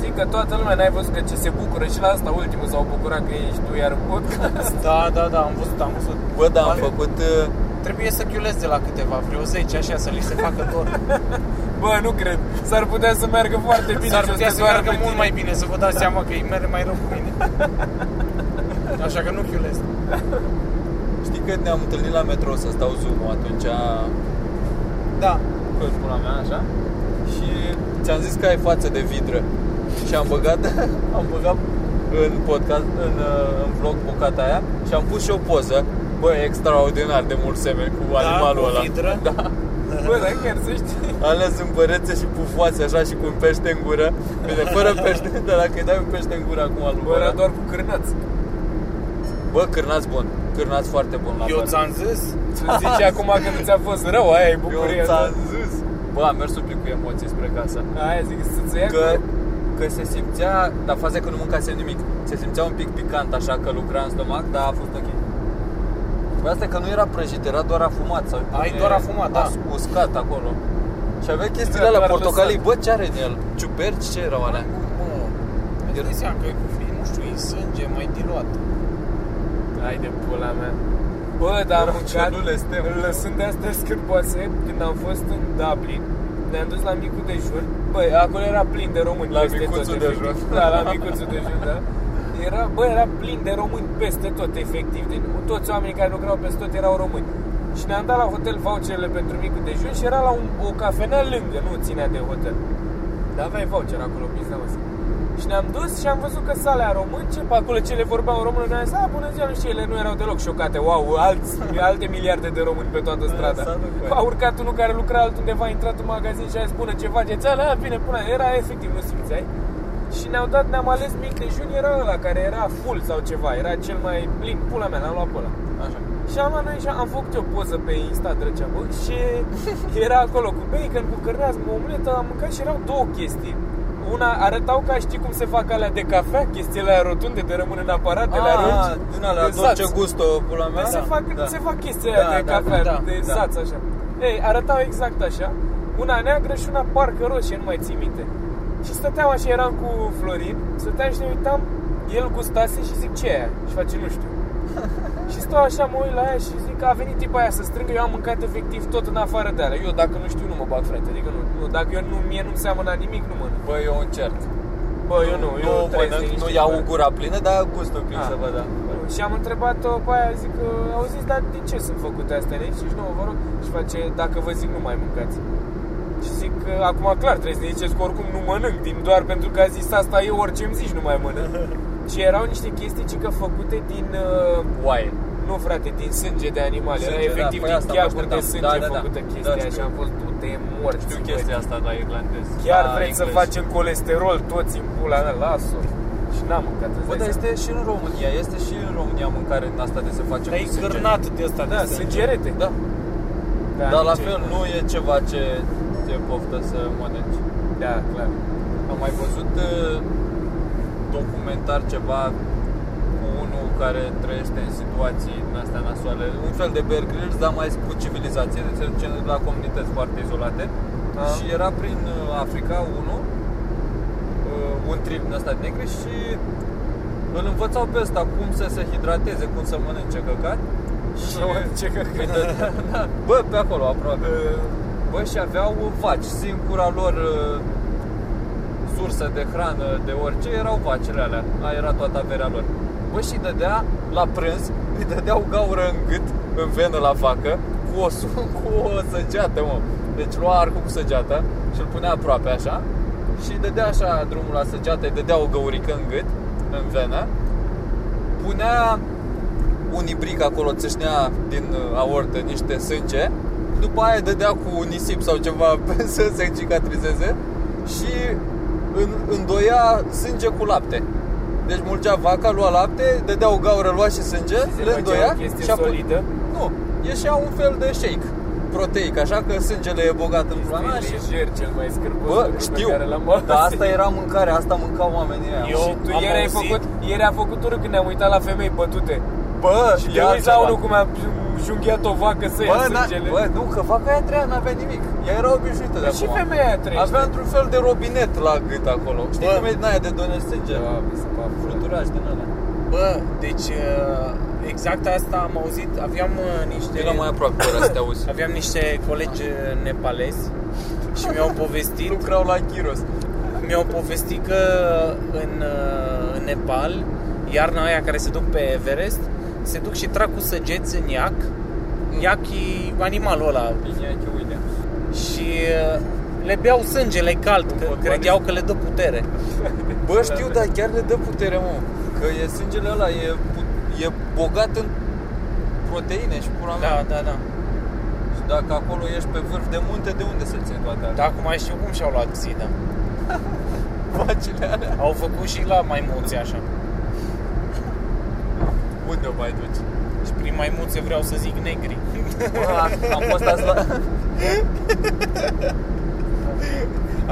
Speaker 1: Zic că toată lumea n-ai văzut că ce se bucură și la asta ultimul s-au bucurat că ești tu iar în
Speaker 2: *laughs*
Speaker 1: podcast.
Speaker 3: Da, da, da, am văzut, am văzut.
Speaker 2: Bă, dar am
Speaker 3: Oare-
Speaker 2: făcut... uh,
Speaker 3: Trebuie să chiulez de la câteva, vreo 10, așa, să li se facă dor.
Speaker 1: Bă, nu cred. S-ar putea să meargă foarte bine
Speaker 3: S-ar
Speaker 1: și o
Speaker 3: putea să
Speaker 1: doară
Speaker 3: meargă
Speaker 1: pe
Speaker 3: mult
Speaker 1: tine.
Speaker 3: mai bine, să vă dați seama că îi merge mai rău cu mine. Așa că nu chiulez.
Speaker 2: Știi că ne-am întâlnit la metro să stau zoom atunci
Speaker 3: Da.
Speaker 2: cu pula mea, așa? Și ți-am zis că ai față de vidră. Și am băgat, *laughs* am băgat în podcast, în, uh, în vlog bucata aia și am pus și o poză Bă, extraordinar de mult semen
Speaker 1: Da,
Speaker 3: Da,
Speaker 2: cu animalul
Speaker 4: cu
Speaker 2: ăla.
Speaker 4: vidră.
Speaker 2: Da.
Speaker 1: Bă, dar chiar să știi.
Speaker 2: Ales în părețe și pufoase, așa și cu un pește în gură. Bine, fără pește, *laughs* dar dacă îi dai un pește în gură acum lui
Speaker 1: Bă, era
Speaker 2: ăla,
Speaker 1: doar cu cârnați.
Speaker 2: Bă, cârnați bun. Cârnați foarte bun la
Speaker 4: Eu
Speaker 2: fel.
Speaker 4: ți-am zis?
Speaker 1: Îți
Speaker 2: *laughs*
Speaker 1: zice acum când ți-a fost rău, aia e bucurie. da.
Speaker 2: Eu ți-am zis. Bă, am mers un pic cu emoții spre casa.
Speaker 1: Aia zic, să-ți ia
Speaker 2: Că,
Speaker 1: cu-
Speaker 2: că se simțea, dar faza e că nu mâncase nimic. Se simțea un pic picant așa că lucra în stomac, dar a fost ok. Bă, asta e că nu era prăjit, era doar afumat. Sau
Speaker 3: Ai doar afumat, da.
Speaker 2: as- Uscat acolo. Și avea chestiile
Speaker 1: Era
Speaker 2: alea
Speaker 1: doar
Speaker 2: portocalii.
Speaker 1: lăsat.
Speaker 2: Bă, ce are în el? Ciuperci? Ce erau alea?
Speaker 3: Îți dai seama că e cu fi, nu știu, e sânge mai diluat.
Speaker 1: Hai de pula mea. Bă, dar am
Speaker 2: Erau
Speaker 1: mâncat,
Speaker 2: celule stem.
Speaker 1: lăsând de astea scârboase, când am fost în Dublin, ne-am dus la micul dejun. Bă, acolo era plin de români.
Speaker 2: La
Speaker 1: peste
Speaker 2: micuțul
Speaker 1: tot,
Speaker 2: de
Speaker 1: efectiv.
Speaker 2: jur.
Speaker 1: *laughs* Da, la micuțul dejun, da. Era, bă, era plin de români peste tot, efectiv. Deci, toți oamenii care lucrau peste tot erau români. Și ne-am dat la hotel voucherele pentru micul dejun și era la un, o cafenea lângă, nu ținea de hotel. Dar aveai voucher acolo, pizda mă Și ne-am dus și am văzut că sala a românce, pe acolo cele vorbeau în română, ne-am zis, a, bună ziua, nu știu, ele nu erau deloc șocate, wow, alți, alte miliarde de români pe toată strada.
Speaker 2: salut, băi.
Speaker 1: A urcat unul care lucra altundeva, a intrat în magazin și a zis, bună, ce faceți? Ala, bine, bună, era efectiv, nu simțeai. Și ne-au dat, ne-am ales mic dejun, era ăla care era full sau ceva, era cel mai plin, pula mea, l-am luat pe ăla.
Speaker 2: Așa.
Speaker 1: Și am anunțat, am făcut eu poză pe Insta drăgea, bă, și
Speaker 2: *laughs*
Speaker 1: era acolo cu bacon, cu cărneaz, cu omletă, am mâncat și erau două chestii. Una arătau ca știi cum se fac alea de cafea, chestiile alea rotunde de rămân în aparat, de le
Speaker 2: Ah,
Speaker 1: arunci. Exact.
Speaker 2: din alea,
Speaker 1: de saț.
Speaker 2: dolce gusto, pula mea.
Speaker 1: Deci se, fac, se fac chestiile alea
Speaker 2: Da,
Speaker 1: de
Speaker 2: da,
Speaker 1: cafea,
Speaker 2: da,
Speaker 1: de
Speaker 2: da.
Speaker 1: saț, așa. Ei, arătau exact așa, una neagră și una parcă roșie, nu mai țin minte. Și stăteam așa, eram cu Florin, stăteam și ne uitam, el gustase și zic ce e aia? Și face, nu
Speaker 2: *laughs*
Speaker 1: știu. Și stau așa, mă uit la ea și zic că a venit tipa aia să strângă, eu am mâncat efectiv tot în afară de alea. Eu dacă nu știu, nu mă bag, frate, adică nu, nu dacă eu nu, mie nu-mi seamănă nimic, nu mănânc.
Speaker 2: Bă, eu încerc.
Speaker 1: Bă, eu nu, eu
Speaker 2: nu,
Speaker 1: trăiesc de
Speaker 2: mănânc,
Speaker 1: niște
Speaker 2: nu iau
Speaker 1: fără.
Speaker 2: gura plină, dar gustul plin
Speaker 1: Ah.
Speaker 2: să văd, da.
Speaker 1: Și am întrebat-o pe aia, zic că auziți, dar din ce sunt făcute astea? Ne zici, nu, vă rog, și face, dacă vă zic, nu mai mâncați. Și zic că acum clar trebuie să ne ziceți că oricum nu mănânc din doar pentru că a zis asta eu orice îmi zici nu mai
Speaker 2: *laughs*
Speaker 1: mănânc. și erau niște chestii ci că făcute din uh,
Speaker 2: Oaie.
Speaker 1: nu frate, din sânge de animale,
Speaker 2: Sânge,
Speaker 1: era
Speaker 2: da,
Speaker 1: efectiv
Speaker 2: păi
Speaker 1: din
Speaker 2: asta mă
Speaker 1: cheaguri de
Speaker 2: așteptam.
Speaker 1: sânge
Speaker 2: Da, da, da.
Speaker 1: făcută
Speaker 2: Da,
Speaker 1: chestia aia
Speaker 2: știu.
Speaker 1: și am fost du de morți.
Speaker 2: Știu
Speaker 1: bă.
Speaker 2: chestia asta, da, irlandez.
Speaker 1: Chiar
Speaker 2: da,
Speaker 1: vreți să
Speaker 2: englez.
Speaker 1: facem colesterol toți în pula mea, las-o. Și n-am mâncat, îți
Speaker 2: Bă,
Speaker 1: dai
Speaker 2: dar
Speaker 1: seama.
Speaker 2: este și în România, este și în România mâncare din asta de se face
Speaker 4: Dar e
Speaker 2: cu sânge.
Speaker 4: cârnat de ăsta de
Speaker 1: Da,
Speaker 4: sânge.
Speaker 1: sângerete.
Speaker 2: Da,
Speaker 1: Da,
Speaker 2: dar la
Speaker 1: nici-
Speaker 2: fel nu e ceva ce te poftă să mănânci.
Speaker 1: Da, clar.
Speaker 2: Am mai văzut uh, documentar ceva cu unul care trăiește în situații din astea nasoale, un fel de Bear Grylls, dar mai cu civilizație, deci se duce la comunități foarte izolate.
Speaker 1: Da.
Speaker 2: Și era prin uh, Africa unul, uh, un trip din asta negre și îl învățau pe ăsta cum să se hidrateze, cum să mănânce căcat. Și
Speaker 1: Ce că
Speaker 2: Da, Bă, pe acolo aproape. Bă, și aveau vaci. Singura lor uh, sursă de hrană, de orice, erau vacile alea. Aia era toată averea lor. Bă, și îi dădea la prânz, îi dădea o gaură în gât, în venă la vacă, cu o, su- *laughs* cu o săgeată, mă. Deci lua arcul cu săgeata și îl punea aproape așa și îi dădea așa drumul la săgeată, îi dădea o găurică în gât, în venă, punea un ibric acolo țâșnea din uh, aortă niște sânge, după aia dădea cu un nisip sau ceva *laughs* să se cicatrizeze și în, îndoia sânge cu lapte. Deci mulgea vaca, lua lapte, dădea o gaură, lua și sânge, le îndoia și
Speaker 1: chestie
Speaker 2: apoi
Speaker 1: solidă.
Speaker 2: nu, ieșea un fel de shake proteic, așa că sângele e bogat în
Speaker 1: Este
Speaker 2: plana și...
Speaker 1: lejer cel mai scârbos
Speaker 2: Bă,
Speaker 1: lucru pe
Speaker 2: știu,
Speaker 1: care l-am auzit.
Speaker 2: dar asta era mâncare, asta mâncau oamenii aia.
Speaker 4: Eu
Speaker 1: Și tu
Speaker 4: am
Speaker 1: ieri ai
Speaker 4: auzit.
Speaker 1: făcut, ieri a făcut urât când ne-am uitat la femei bătute.
Speaker 2: Bă,
Speaker 1: Și te
Speaker 2: ia
Speaker 1: uiți la
Speaker 2: altceva.
Speaker 1: unul cum a junghiat o vacă să ia
Speaker 2: Bă, na,
Speaker 1: sângele.
Speaker 2: bă, nu, că vaca aia treia n-avea nimic. Ea era obișnuită de
Speaker 1: Păi și
Speaker 2: acum.
Speaker 1: femeia aia trăiește.
Speaker 2: Avea într-un fel de robinet la gât acolo. Știi
Speaker 4: Bă.
Speaker 2: cum e din aia de donești sânge?
Speaker 1: Da, mi se pare.
Speaker 2: Fluturaș din alea.
Speaker 3: Bă, deci uh, exact asta am auzit, aveam uh, niște...
Speaker 2: Era mai aproape fără să te *laughs* auzi.
Speaker 3: Aveam niște colegi uh, nepalezi
Speaker 4: *laughs*
Speaker 3: și mi-au povestit
Speaker 2: Lucrau la Chiros.
Speaker 3: Mi-au povestit că în, uh, în Nepal, iarna aia care se duc pe Everest, se duc și trag cu săgeți în iac.
Speaker 4: Mm.
Speaker 3: Iac e animalul ăla.
Speaker 2: Iñaki Williams.
Speaker 3: Și uh, le beau sângele cald, că
Speaker 2: fotbalist.
Speaker 3: credeau că le dă putere.
Speaker 2: Bă, știu, dar chiar le dă putere, mă. Că e sângele ăla, e, pu- e bogat în proteine și pula mea.
Speaker 3: Da, da, da.
Speaker 2: Și dacă acolo ești pe vârf de munte, de unde să ții toate alea?
Speaker 3: Dar acum mai știu cum și-au luat țidă.
Speaker 2: Vacile alea.
Speaker 3: Au făcut și la maimuțe așa.
Speaker 2: Unde o mai duci?
Speaker 3: Și prin maimuțe vreau să zic negri.
Speaker 2: Bă, am fost azi *laughs* la...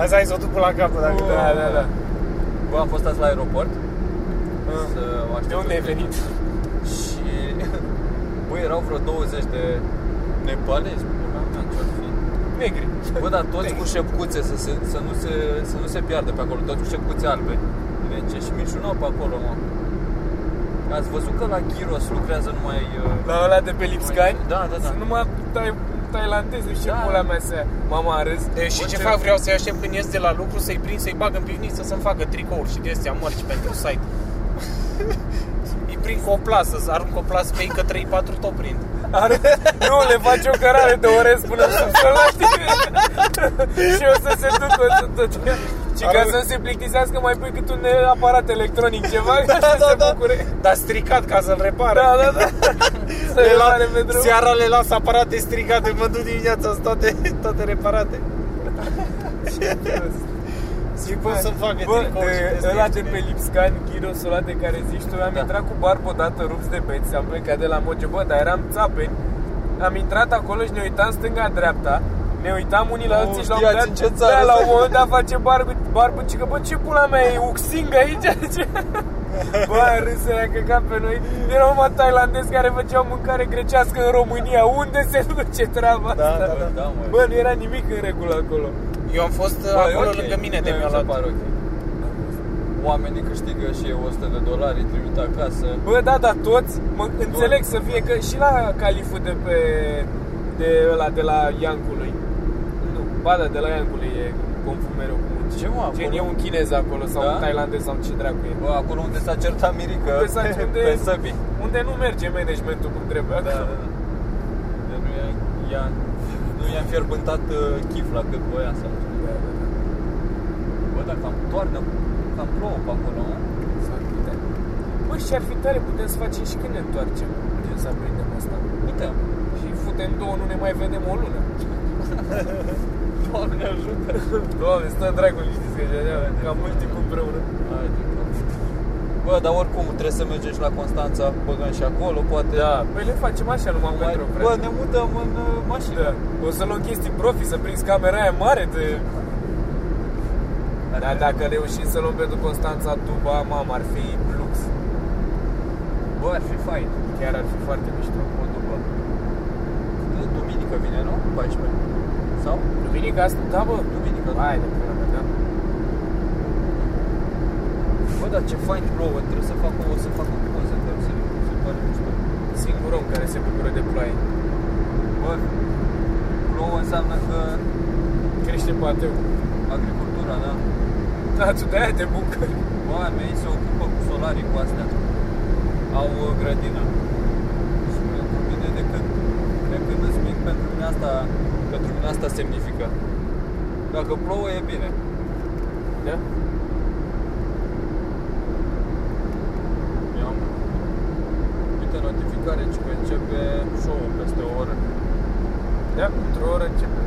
Speaker 3: Azi ai să o duc până la capăt dacă te-
Speaker 2: da, da, da. Bă, am fost azi la aeroport. Să o aștept
Speaker 1: De unde
Speaker 2: pe
Speaker 1: ai venit?
Speaker 2: *laughs* Și Bă, erau vreo 20 de nepalezi Bă, mea, ce-ar fi.
Speaker 1: Negri.
Speaker 2: Bă, dar toți cu șepcuțe să, se, să, nu se, să nu se piardă pe acolo Toți cu șepcuțe albe Deci și mișunau pe acolo, mă Ați văzut că la Gyros lucrează numai... uh,
Speaker 1: La ăla de pe Lipscani?
Speaker 2: Da, da, da
Speaker 1: Sunt numai tai, tailandezi, nu știu
Speaker 2: Da.
Speaker 1: ce pula mea să Mama a râs.
Speaker 3: E, și
Speaker 2: Bă,
Speaker 3: ce
Speaker 2: ce-
Speaker 3: fac? Vreau să-i aștept când ies de la lucru, să-i prind, să-i bag în pivniță, să-mi facă tricouri și de-astea mărci pentru site. *laughs* Îi prind cu o plasă, să arunc o plasă pe ei că 3-4 tot prind.
Speaker 1: Are... Nu, le faci o cărare de orez până sub să la tine. și o să se ducă să tot ce- Și ca
Speaker 3: Are-
Speaker 1: să nu se plictisească mai pui cât un eh, aparat electronic ceva
Speaker 2: Da,
Speaker 1: ca să se bucure.
Speaker 3: Dar stricat ca să-l repare.
Speaker 1: Da, da, da. Să le la... pe drum.
Speaker 3: seara le las aparate stricate, mă duc dimineața, sunt toate, *laughs* toate reparate. Și pot să-mi facă
Speaker 1: Bă,
Speaker 3: tricouri și
Speaker 1: de,
Speaker 3: de-astea
Speaker 1: ăla de
Speaker 3: cine-
Speaker 1: pe Lipscan, Ghiros, ăla de care zici tu, am
Speaker 2: Da.
Speaker 1: intrat cu barbă odată rupți de beți, am plecat de la Moge, bă, dar eram țapeni, am intrat acolo și ne uitam stânga-dreapta, ne uitam unii la
Speaker 2: Nu
Speaker 1: alții și la un
Speaker 2: știați
Speaker 1: moment
Speaker 2: în
Speaker 1: dat,
Speaker 2: ce țară
Speaker 1: da, la un
Speaker 2: sunt.
Speaker 1: moment dat face barbă, barbă și că, bă, ce pula mea e uxing aici?
Speaker 2: *laughs*
Speaker 1: Ce? Bă, râsele că ca pe noi, erau mă tailandezi care făceau mâncare grecească în România, unde se duce treaba
Speaker 3: Da,
Speaker 1: asta?
Speaker 3: da, da.
Speaker 2: Da, mă
Speaker 1: Bă, nu era nimic în regulă acolo.
Speaker 3: Eu am fost
Speaker 2: Bă, e
Speaker 3: acolo
Speaker 2: ok.
Speaker 3: lângă mine de
Speaker 2: Mie Da,
Speaker 3: mi-a
Speaker 2: mi se
Speaker 3: luat.
Speaker 2: pare ok Oamenii câștigă și eu 100 de dolari, îi trimit acasă
Speaker 1: Bă, da, da, toți, mă, înțeleg să fie că și la califul de pe, de ăla, de la Iancului. Nu, ba da, de la Iancului e confund mereu cu mulți.
Speaker 2: Ce, mă, acolo?
Speaker 1: Gen, e un chinez acolo sau
Speaker 2: Da?
Speaker 1: un tailandez sau ce dracu e.
Speaker 2: Bă, acolo unde s-a certat Mirica
Speaker 1: Unde s-a certat-
Speaker 2: pe săbii
Speaker 1: Unde nu merge managementul cum trebuie.
Speaker 2: Da, da, da. Dar nu i-a, i-a, nu i-a înfierbântat uh, chifla cât voia să
Speaker 1: Da,
Speaker 2: Bă, dar cam toarnă, cam plouă pe acolo, mă.
Speaker 1: S-ar putea. Bă, și ar fi tare, putem să facem și când ne întoarcem. Putem să aprindem asta.
Speaker 2: Uite,
Speaker 1: Și futem două, nu ne mai vedem o lună.
Speaker 2: Doamne ajută!
Speaker 1: Doamne, stă dragul liniștit, că deja, cam mult timp împreună.
Speaker 2: Hai de cap. Bă, dar oricum trebuie să mergem și la Constanța, băgăm și acolo, poate... Da,
Speaker 1: Păi le facem așa numai pentru
Speaker 2: Bă, ne mutăm în uh, mașină.
Speaker 1: Da. O să luăm chestii profi, să prinzi camera aia mare de... Dar dacă reușim să luăm pentru Constanța Duba, mamă, ar fi lux.
Speaker 2: Bă, ar fi fain.
Speaker 1: Chiar ar fi foarte mișto.
Speaker 2: O după. De Duminică vine, nu? 14. Sau?
Speaker 1: Duminica asta? Da, bă.
Speaker 2: Duminică.
Speaker 1: Hai de pula mea, da.
Speaker 2: Bă, dar Da, ce fain plouă, trebuie să fac o, o să fac o poză, trebuie să se pare mișto.
Speaker 1: Singur om care se bucură de ploaie.
Speaker 2: Bă, plouă înseamnă că
Speaker 1: Crește pateu.
Speaker 2: agricultura, da?
Speaker 1: Da, tu de-aia te bucuri.
Speaker 2: Oamenii ei se ocupă cu solarii cu astea. Au uh, grădină. Și pentru mine de când, de când îți mic, pentru mine asta, pentru mine asta semnifică. Dacă plouă e bine.
Speaker 1: Da?
Speaker 2: Eu am uite notificare ci că începe show-ul peste o oră.
Speaker 1: Da, într-o oră începe.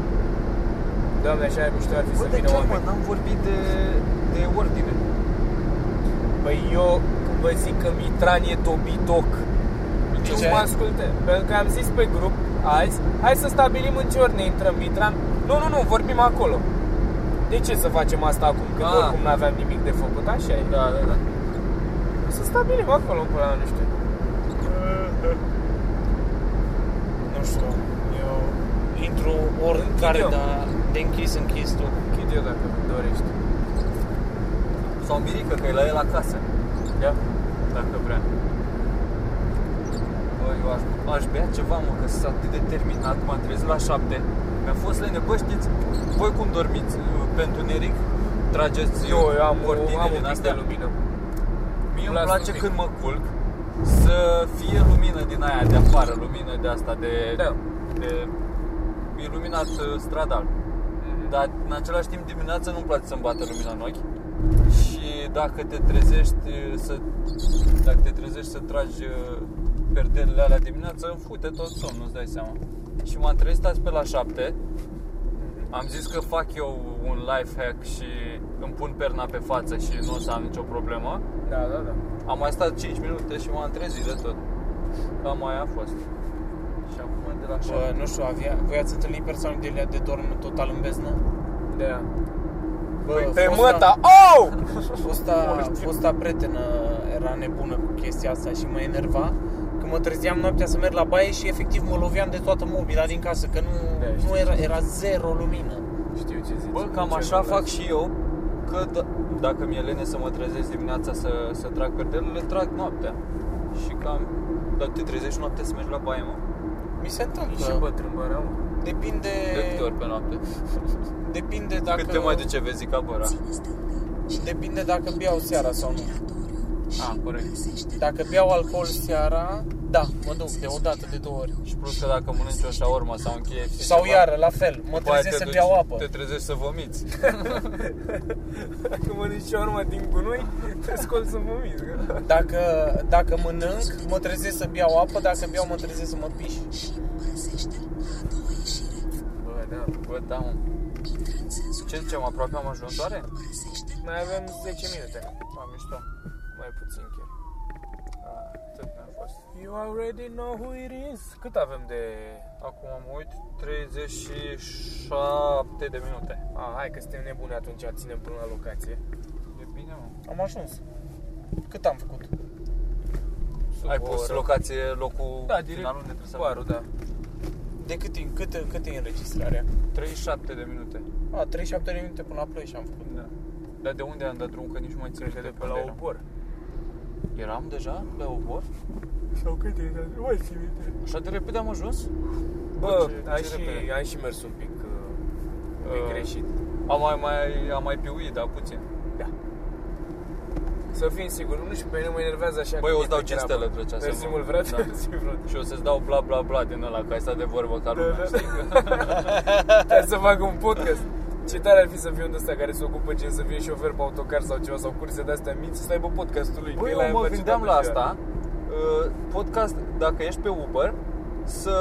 Speaker 1: Doamne, așa e mișto ar fi
Speaker 2: Bă,
Speaker 1: să
Speaker 2: de
Speaker 1: vină
Speaker 2: ce, mă,
Speaker 1: oameni.
Speaker 2: n-am vorbit de, de ordine?
Speaker 1: Păi eu, când vă zic că Mitran e dobitoc,
Speaker 3: De
Speaker 1: Ce
Speaker 3: ce?
Speaker 1: mă asculte? Pentru că am zis pe grup azi, hai să stabilim în ce ordine intrăm, Mitran. Nu, nu, nu, vorbim acolo. De ce să facem asta acum, că
Speaker 2: Ah.
Speaker 1: oricum n-aveam nimic de făcut, așa e.
Speaker 2: Da, da, da.
Speaker 1: Să stabilim acolo până la nu știu.
Speaker 3: Nu știu, eu intru oricare,
Speaker 1: eu.
Speaker 3: dar de închis închis tu.
Speaker 1: Chid eu dacă dorești.
Speaker 2: Sau Mirica, că e la el acasă.
Speaker 1: Da?
Speaker 2: Dacă vrea. Bă, eu aș, aș bea ceva, mă, că sunt atât de terminat, m-am trezit la șapte. Mi-a fost lene. Bă, știți, voi cum dormiți uh, pe întuneric? Trageți uh,
Speaker 1: Eu, eu am,
Speaker 2: cortine
Speaker 1: o, am
Speaker 2: din
Speaker 1: un pic de
Speaker 2: astea?
Speaker 1: lumină.
Speaker 2: Mie îmi
Speaker 1: Las
Speaker 2: place
Speaker 1: un pic.
Speaker 2: când mă culc să fie lumină din aia de afară, lumină de asta, de,
Speaker 1: Da.
Speaker 2: de iluminat uh, stradal.
Speaker 1: Da.
Speaker 2: Dar în același timp dimineața nu-mi place să-mi bată lumina în ochi eh, Și dacă te trezești uh, să Dacă te trezești să tragi uh, perderile alea dimineața, îmi fute tot somnul, îți dai seama. Și m-am trezit azi pe la 7. Am zis că fac eu un life hack și îmi pun perna pe față și nu o să am nicio problemă.
Speaker 1: Da, da, da.
Speaker 2: Am mai stat 5 minute și m-am trezit de tot. Cam aia a fost. Și acum de la 7.
Speaker 3: Bă, nu știu, avea, voi ați întâlnit persoane de alea de dorm total în beznă?
Speaker 1: Da.
Speaker 3: Bă,
Speaker 1: Păi pe
Speaker 3: fosta-
Speaker 1: măta, au!
Speaker 3: Fosta, fosta prietenă era nebună cu chestia asta și mă enerva că mă trezeam noaptea să merg la baie și efectiv mă loveam de toată mobila din casă, că nu,
Speaker 1: Da, știu.
Speaker 3: nu era, era zero lumină.
Speaker 1: Știu ce zici.
Speaker 2: Bă, cam
Speaker 1: Ce
Speaker 2: așa
Speaker 1: nu-mi
Speaker 2: fac
Speaker 1: place.
Speaker 2: și eu, că d- dacă mi-e lene să mă trezesc dimineața să, să trag perdelele, trag noaptea. Și cam, dar te trezești noaptea să mergi la baie, mă.
Speaker 3: Mi se
Speaker 1: Și
Speaker 3: întâmplă.
Speaker 1: bătrân, bă, rău.
Speaker 3: Depinde,
Speaker 2: De câte ori pe noapte?
Speaker 3: depinde
Speaker 2: Dacă...
Speaker 3: dacă...
Speaker 2: Cât te mai duce vezi capăra?
Speaker 3: Depinde dacă beau seara sau nu.
Speaker 2: Ah, corect.
Speaker 3: Dacă beau alcool seara, da, mă duc de o dată, de două ori.
Speaker 2: Și plus că dacă mănânci o șaorma sau un KFC
Speaker 3: Sau
Speaker 2: ceva,
Speaker 3: iară, la fel, mă
Speaker 2: după aia
Speaker 3: trezesc
Speaker 2: te
Speaker 3: să
Speaker 2: duci-
Speaker 3: beau apă.
Speaker 2: Te trezești să vomiți.
Speaker 1: Dacă mănânci și urmă din gunoi, te scol să vomiți. că-
Speaker 3: Dacă, dacă mănânc, mă trezesc să beau apă, dacă beau, mă trezesc să mă piș.
Speaker 1: Bă, da.
Speaker 2: Bă, da, mă. Ce zicem, aproape am ajuns oare?
Speaker 1: Mai avem 10 minute.
Speaker 2: Am mișto.
Speaker 1: Mai puțin chiar. Ah, Tot n-a fost. You already know who it is. Cât avem de...
Speaker 2: Acum mă uit, 37 de minute.
Speaker 1: A, Ah, hai că suntem nebuni atunci, ținem până la locație.
Speaker 2: E bine, mă.
Speaker 3: Am ajuns. Cât am făcut?
Speaker 1: Sub
Speaker 2: Ai
Speaker 1: o
Speaker 2: pus
Speaker 1: oră.
Speaker 2: locație, locul
Speaker 1: Da, direct
Speaker 2: final unde trebuie să
Speaker 1: barul, da.
Speaker 3: De cât e, cât, cât e înregistrarea?
Speaker 2: 37 de minute.
Speaker 3: A, 37 de minute până la play și am făcut.
Speaker 2: Da. Dar de unde am dat drumul? Că nici nu mai țin
Speaker 1: Cred că
Speaker 2: minte
Speaker 1: de pe
Speaker 2: unde
Speaker 1: la
Speaker 2: eram.
Speaker 1: obor.
Speaker 2: Eram deja pe obor?
Speaker 1: Sau cât e? Nu mai țin minte.
Speaker 2: Așa de repede am ajuns?
Speaker 1: Bă,
Speaker 2: ce-
Speaker 1: ai
Speaker 2: ce
Speaker 1: și,
Speaker 2: repede.
Speaker 1: ai și mers un pic, uh, un
Speaker 2: Uh,
Speaker 1: pic greșit.
Speaker 2: Am mai, mai, am mai piuit, dar puțin.
Speaker 1: Să fim siguri, nu știu, pe mine mă enervează așa
Speaker 2: Băi,
Speaker 1: că e
Speaker 2: eu îți dau
Speaker 1: pe
Speaker 2: 5
Speaker 1: treabă.
Speaker 2: stele, drăcea, să
Speaker 1: Mersi
Speaker 2: nu-
Speaker 1: mult, frate,
Speaker 2: Da.
Speaker 1: *laughs* mersi, frate.
Speaker 2: Și o să-ți dau bla bla bla din ăla, că ai stat de vorbă ca lumea,
Speaker 1: da.
Speaker 2: știi? Că...
Speaker 1: *laughs*
Speaker 2: *laughs*
Speaker 1: Hai să fac un podcast. Ce tare ar fi să fii un ăsta care se ocupă gen să fie șofer pe autocar sau ceva sau curse de astea mici și să aibă podcastul lui.
Speaker 2: Băi,
Speaker 1: că el
Speaker 2: eu
Speaker 1: aia
Speaker 2: mă
Speaker 1: face
Speaker 2: gândeam la
Speaker 1: toată ziua.
Speaker 2: asta. uh, Podcast, dacă ești pe Uber, să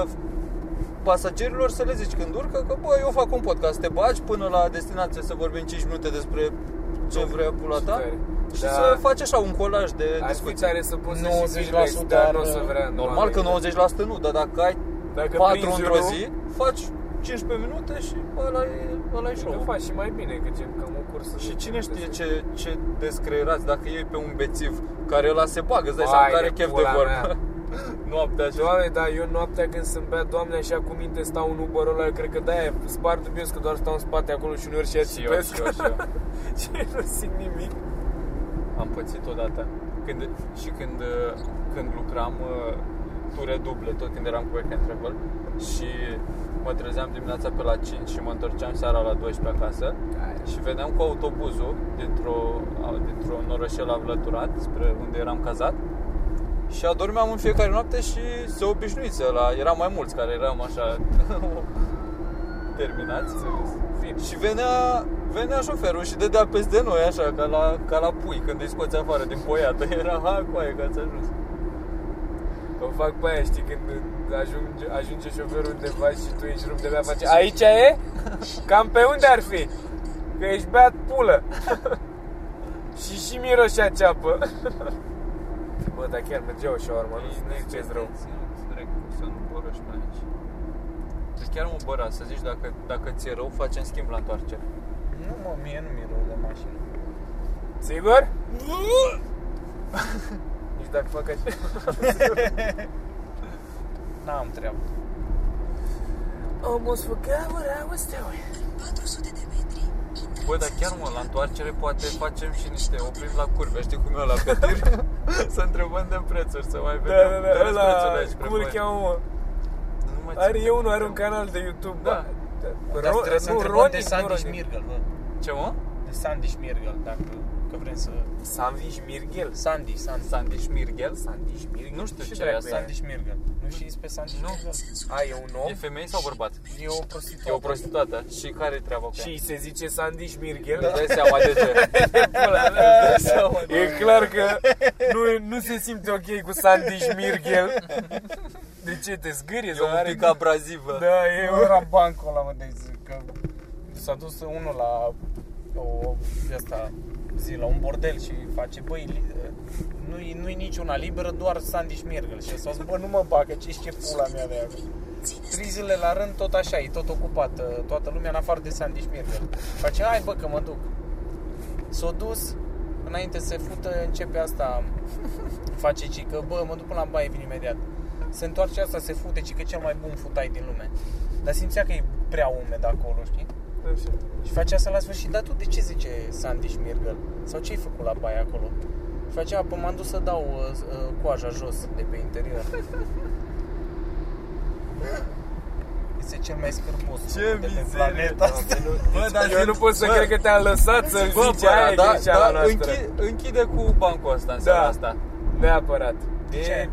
Speaker 2: pasagerilor să le zici când urcă că bă, eu fac un podcast, te bagi până la destinație să vorbim 5 minute despre ce vrea pula
Speaker 1: ce
Speaker 2: ta
Speaker 1: tare.
Speaker 2: și
Speaker 1: Da.
Speaker 2: să faci așa un colaj de
Speaker 1: Ar fi
Speaker 2: discuții.
Speaker 1: tare să poți să
Speaker 3: 90%
Speaker 1: și feedback, dar nu o să
Speaker 3: ar-
Speaker 1: vrea.
Speaker 2: Normal că 90% nu, dar dacă ai
Speaker 1: Dacă
Speaker 2: 4
Speaker 1: prinzi
Speaker 2: într-o
Speaker 1: unul,
Speaker 2: zi, faci 15 minute și ăla e, ăla e
Speaker 1: Și tu
Speaker 2: show.
Speaker 1: faci și mai bine, că gen cam o cursă.
Speaker 2: Și
Speaker 1: de-
Speaker 2: cine știe
Speaker 1: de-
Speaker 2: ce, ce descreierați dacă e pe un bețiv care ăla se bagă, îți dai
Speaker 1: Vai
Speaker 2: seama, care
Speaker 1: de
Speaker 2: chef de
Speaker 1: pula
Speaker 2: vorbă. *laughs* Noaptea și
Speaker 1: *laughs* Doamne, dar eu noaptea când sunt bea, doamne, așa cu minte stau în Uber ăla, eu cred că de-aia spar dubios că doar stau în spate acolo și uneori și aia
Speaker 2: și eu, și eu, și eu.
Speaker 1: *laughs* Și nu simt nimic.
Speaker 2: Am pățit odată. Când, și când, uh, când lucram uh, ture duble, tot când eram cu Work and Travel, și mă trezeam dimineața pe la 5 și mă întorceam seara la 12 acasă și veneam cu autobuzul dintr-o, dintr-un orășel avlăturat spre unde eram cazat și adormeam în fiecare noapte și se obișnuise la... Eram mai mulți care eram așa *laughs* terminați. Și venea, venea șoferul și dădea peste noi așa, ca la, ca la pui, când îi scoți afară din poiată. *laughs* Era, ha, coaie, că ați ajuns.
Speaker 1: O fac pe aia, știi, când ajunge, ajunge șoferul undeva și tu ești rupt de bea, face Aici *laughs* e? Cam pe unde ar fi? Că ești beat pulă *laughs* Și și miroșea ceapă *laughs* Bă, dar chiar mergea o șaormă, nu, nu e ce rău
Speaker 2: Să nu bărăși pe aici. Deci chiar mă băra să zici, dacă, dacă ți-e rău, facem schimb la întoarcere.
Speaker 3: Nu, mă, mie nu mi-e rău de mașină.
Speaker 1: Sigur? Nici dacă fac așa
Speaker 3: N-am treabă.
Speaker 1: Almost forgot what I was doing
Speaker 2: Bă, dar chiar mă, la întoarcere poate facem și niște oprim la curve, știi cum e la pe *laughs* tir? să întrebăm de prețuri, să mai
Speaker 1: Da, da,
Speaker 2: vedem.
Speaker 1: da,
Speaker 2: Care-s prețurile
Speaker 1: ăla,
Speaker 2: aici,
Speaker 1: cum îl
Speaker 2: prefer?
Speaker 1: cheamă, mă?
Speaker 2: Nu mai țin
Speaker 1: Are, e
Speaker 2: minte.
Speaker 1: unul, are un canal de YouTube
Speaker 2: Da.
Speaker 1: Ro-
Speaker 3: Dar trebuie să
Speaker 1: nu,
Speaker 3: întrebăm de
Speaker 1: Ronin, nu
Speaker 3: Sandy
Speaker 1: Ronin.
Speaker 3: Smirgăl, bă.
Speaker 2: Ce, mă?
Speaker 3: De Sandy Smirgăl, dacă... că vrem să...
Speaker 1: Sanvi Mirghel.
Speaker 3: Sandy, Sandy.
Speaker 2: Sandy Șmirghel, Sandy
Speaker 1: Sanvi Mirghel.
Speaker 2: Nu știu
Speaker 1: Ce
Speaker 2: ce
Speaker 1: dracu
Speaker 2: dracu
Speaker 1: e.
Speaker 2: e.
Speaker 3: Sandy Șmirgă. Nu știi despre Sandy
Speaker 2: Nu.
Speaker 3: Șmirgă?
Speaker 1: A, e un
Speaker 2: E
Speaker 1: om
Speaker 2: femeie sau bărbat?
Speaker 3: E o prostituată.
Speaker 2: E o prostituată. Și care e treaba cu
Speaker 1: și
Speaker 2: ea?
Speaker 1: îi se zice Sandy Mirghel. *laughs*
Speaker 2: *laughs* Îți dai seama de ce.
Speaker 1: Pula mea.
Speaker 2: Îți dai seama de-
Speaker 1: E clar că nu, nu se simte ok cu Sandy Mirghel. De ce te zgârie?
Speaker 2: E
Speaker 1: sau
Speaker 2: un
Speaker 1: are-
Speaker 2: pic abrazivă.
Speaker 1: Da, e
Speaker 3: Eu era bancul ăla, mă, de că s-a dus unul la o de asta zi, la un bordel și face, băi, li- nu-i, nu-i niciuna liberă, doar Sandy Șmirgăl. Și s-a zis, bă, nu mă bagă, ce ce pula mea de acolo. Trei zile la rând, tot așa, e tot ocupată toată lumea, în afară de Sandy Șmirgăl. Face, hai bă, că mă duc. S-a dus, înainte să se fută, începe asta, face ci că, bă, mă duc până la baie, vin imediat. Se întoarce asta, se fute, ci că cel mai bun futai din lume. Dar simțea că e prea umed acolo, știi?
Speaker 1: Așa.
Speaker 3: Și face asta la sfârșit, dar tu de ce zice Sandy Șmirgăl? Sau ce ai făcut la baie acolo? Și face, apă, m-am dus să dau uh, uh, coaja jos de pe interior. este cel mai scârbos
Speaker 2: Ce
Speaker 3: de pe
Speaker 2: mizerie.
Speaker 3: planeta asta. *laughs*
Speaker 2: Bă, dar
Speaker 1: Eu nu pot să cred că te-am lăsat să
Speaker 2: Bă,
Speaker 1: zici aia
Speaker 2: bă,
Speaker 1: e
Speaker 2: da,
Speaker 1: greșeala
Speaker 2: da,
Speaker 1: noastră.
Speaker 2: închide, închide cu bancul ăsta în seara
Speaker 1: Da.
Speaker 2: asta.
Speaker 1: Neapărat.
Speaker 3: De
Speaker 2: E-
Speaker 3: ce?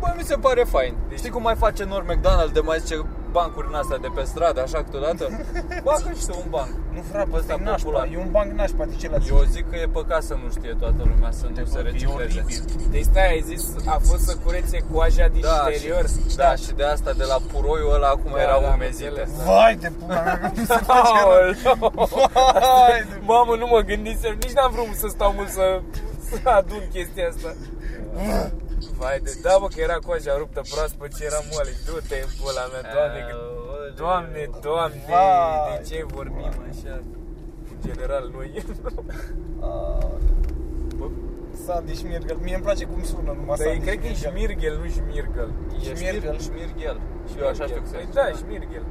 Speaker 2: Bă, mi se pare fain. Știi cum mai face Norm McDonald de mai zice bancuri în astea de pe stradă, așa *laughs* câteodată? Bagă și tu un banc.
Speaker 3: Nu, frate,
Speaker 2: Ăsta
Speaker 3: ăsta e nașpa,
Speaker 2: popular.
Speaker 3: e un banc nașpa, de ce l-ați
Speaker 2: Eu zic că e păcat să nu știe toată lumea să nu se
Speaker 3: bă, că e
Speaker 2: recicleze.
Speaker 3: oribil.
Speaker 1: Deci stai, ai zis, a fost să curețe coaja din
Speaker 2: Da, *laughs*
Speaker 1: interior.
Speaker 2: și, da, și de asta de la puroiul ăla acum
Speaker 1: Da,
Speaker 2: erau
Speaker 1: da, am
Speaker 2: umezite.
Speaker 1: înțeles.
Speaker 3: Vai de pula *laughs* mea, cum se face rău.
Speaker 1: Aoleu.
Speaker 3: Vai de
Speaker 1: Mamă, nu mă gândisem, nici n-am vrut să stau mult să, să adun chestia asta. Vai de, da, bă, că era coaja ruptă proaspăt ce era moale. Du-te în pula mea, doamne, că-
Speaker 2: Aoleu.
Speaker 1: doamne, doamne,
Speaker 3: Vai.
Speaker 1: de ce vorbim așa? În general, noi. *laughs*
Speaker 3: Bă, Sandy Șmirgăl, mie îmi place cum sună numai
Speaker 1: Dar e-
Speaker 3: Sandy
Speaker 1: cred că e șmirghel, nu șmirgăl.
Speaker 2: E
Speaker 3: Șmirghel.
Speaker 2: șmirghel, șmirghel. Și eu așa știu că se
Speaker 1: Da, șmirghel.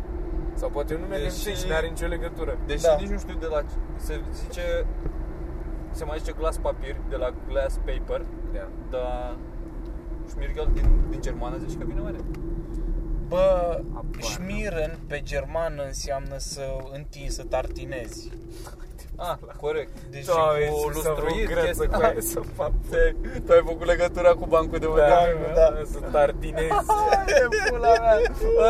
Speaker 1: Sau poate un nume
Speaker 2: Deși-
Speaker 1: deci... și n-are nicio legătură.
Speaker 2: Deși
Speaker 3: Da.
Speaker 2: nici nu știu de la ce- se zice se mai zice glass papir de la glass paper,
Speaker 1: Da.
Speaker 2: dar șmirghel din, din germană zici că vine oare?
Speaker 3: Bă,
Speaker 1: Apar.
Speaker 3: șmiren pe germană înseamnă să întinzi, să tartinezi.
Speaker 2: Ah, corect.
Speaker 3: Deci
Speaker 1: Da,
Speaker 2: cu
Speaker 1: e să vă
Speaker 2: lustruit,
Speaker 1: greță
Speaker 2: chestia-
Speaker 1: cu aia, să fac.
Speaker 2: Te, tu ai făcut legătura cu bancul de
Speaker 1: Da,
Speaker 2: mâncare.
Speaker 1: da,
Speaker 3: da.
Speaker 1: da. Sunt tartinezi.
Speaker 2: E pula mea.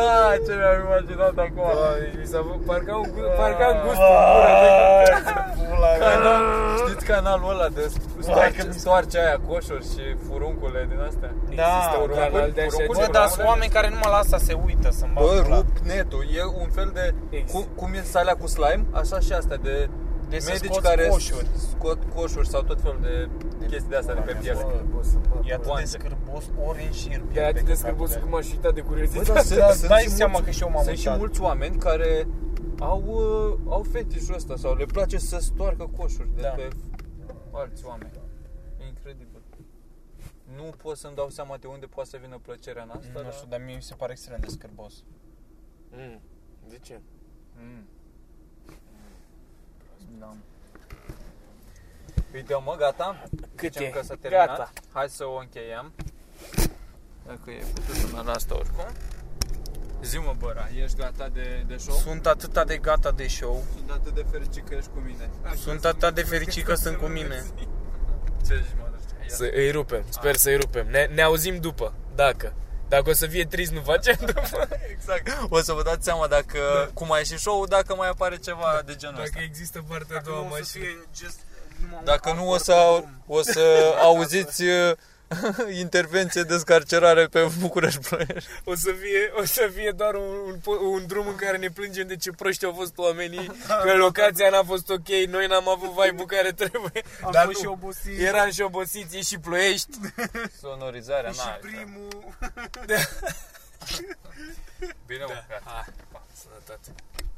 Speaker 2: Ah, ce mi-am imaginat acum.
Speaker 1: Bă, deci mi s-a făcut, parcă am, gu- parcă am gust în gură de...
Speaker 3: Vai, ce pula mea.
Speaker 2: Canal- da. Știți canalul ăla de
Speaker 3: că
Speaker 2: stoarce,
Speaker 3: mi se-
Speaker 2: stoarce aia coșuri și furuncule din astea?
Speaker 3: Da.
Speaker 1: Există un canal de așa
Speaker 2: Bă,
Speaker 3: Bă,
Speaker 1: ceva.
Speaker 3: dar sunt oameni care numai la asta se uită, să-mi bag
Speaker 2: Bă,
Speaker 3: pula.
Speaker 2: rup netul, e un fel de,
Speaker 1: Ex-
Speaker 2: cum, cum e salea cu slime, așa și astea de,
Speaker 3: De să
Speaker 2: medici
Speaker 3: scoți
Speaker 2: care
Speaker 3: coșuri.
Speaker 2: scot coșuri sau tot felul de, chestii de astea de pe
Speaker 3: Bă,
Speaker 2: piele.
Speaker 3: bă, E atât de
Speaker 2: Oante.
Speaker 3: scârbos ori în șir.
Speaker 1: De aia atât de scârbos că m-aș uita de
Speaker 2: Bă,
Speaker 1: curiozitate.
Speaker 2: sunt-
Speaker 3: Dar
Speaker 2: sunt
Speaker 3: dai
Speaker 2: și
Speaker 3: seama
Speaker 2: mulți-
Speaker 3: că și eu m-am
Speaker 2: Sunt și
Speaker 3: uitat.
Speaker 2: mulți oameni care au, uh, au fetișul ăsta sau le place să stoarcă coșuri de
Speaker 3: Da.
Speaker 2: pe alți oameni. E incredibil. Nu pot să-mi dau seama de unde poate să vină plăcerea în asta.
Speaker 3: Nu
Speaker 2: dar-
Speaker 3: știu, da. dar mie mi se pare extrem de scârbos.
Speaker 1: Mm, De ce?
Speaker 3: Mm.
Speaker 2: Da. Uite, mă, gata.
Speaker 1: Cât
Speaker 2: Zicem
Speaker 1: e?
Speaker 2: că s-a terminat.
Speaker 1: Gata.
Speaker 2: Hai să o încheiem. Dacă e putut până la asta oricum. Zi mă, Băra, ești gata de, de show?
Speaker 3: Sunt atâta de gata de show.
Speaker 2: Sunt atât de fericit că ești cu mine.
Speaker 3: Sunt atât de fericit că sunt cu mine.
Speaker 2: Ce zici, mă, dragi? Ia.
Speaker 1: Să îi rupem, sper să îi rupem. Ne, ne auzim după, dacă. Dacă o să fie trist, nu facem după.
Speaker 2: *laughs* Exact. O să vă dați seama dacă, cum a ieșit show dacă mai apare ceva de genul
Speaker 1: Dacă
Speaker 2: ăsta.
Speaker 1: există partea a doua mașină.
Speaker 2: Dacă nu, o să, o
Speaker 3: *laughs*
Speaker 2: să auziți uh, *laughs* intervenție descarcerare pe București Ploiești.
Speaker 1: O să fie, o să fie doar un, un, po- un drum în care ne plângem de ce proști au fost oamenii, că locația n-a fost ok, noi n-am avut vibe care trebuie.
Speaker 3: Am
Speaker 1: Dar
Speaker 3: fost și
Speaker 1: da, nu,
Speaker 3: obosit.
Speaker 1: eram și obosiți, e și ploiești.
Speaker 2: Sonorizarea,
Speaker 3: și
Speaker 1: da.
Speaker 3: primul.
Speaker 1: *laughs*
Speaker 2: Bine, mă, gata.
Speaker 1: Sănătate.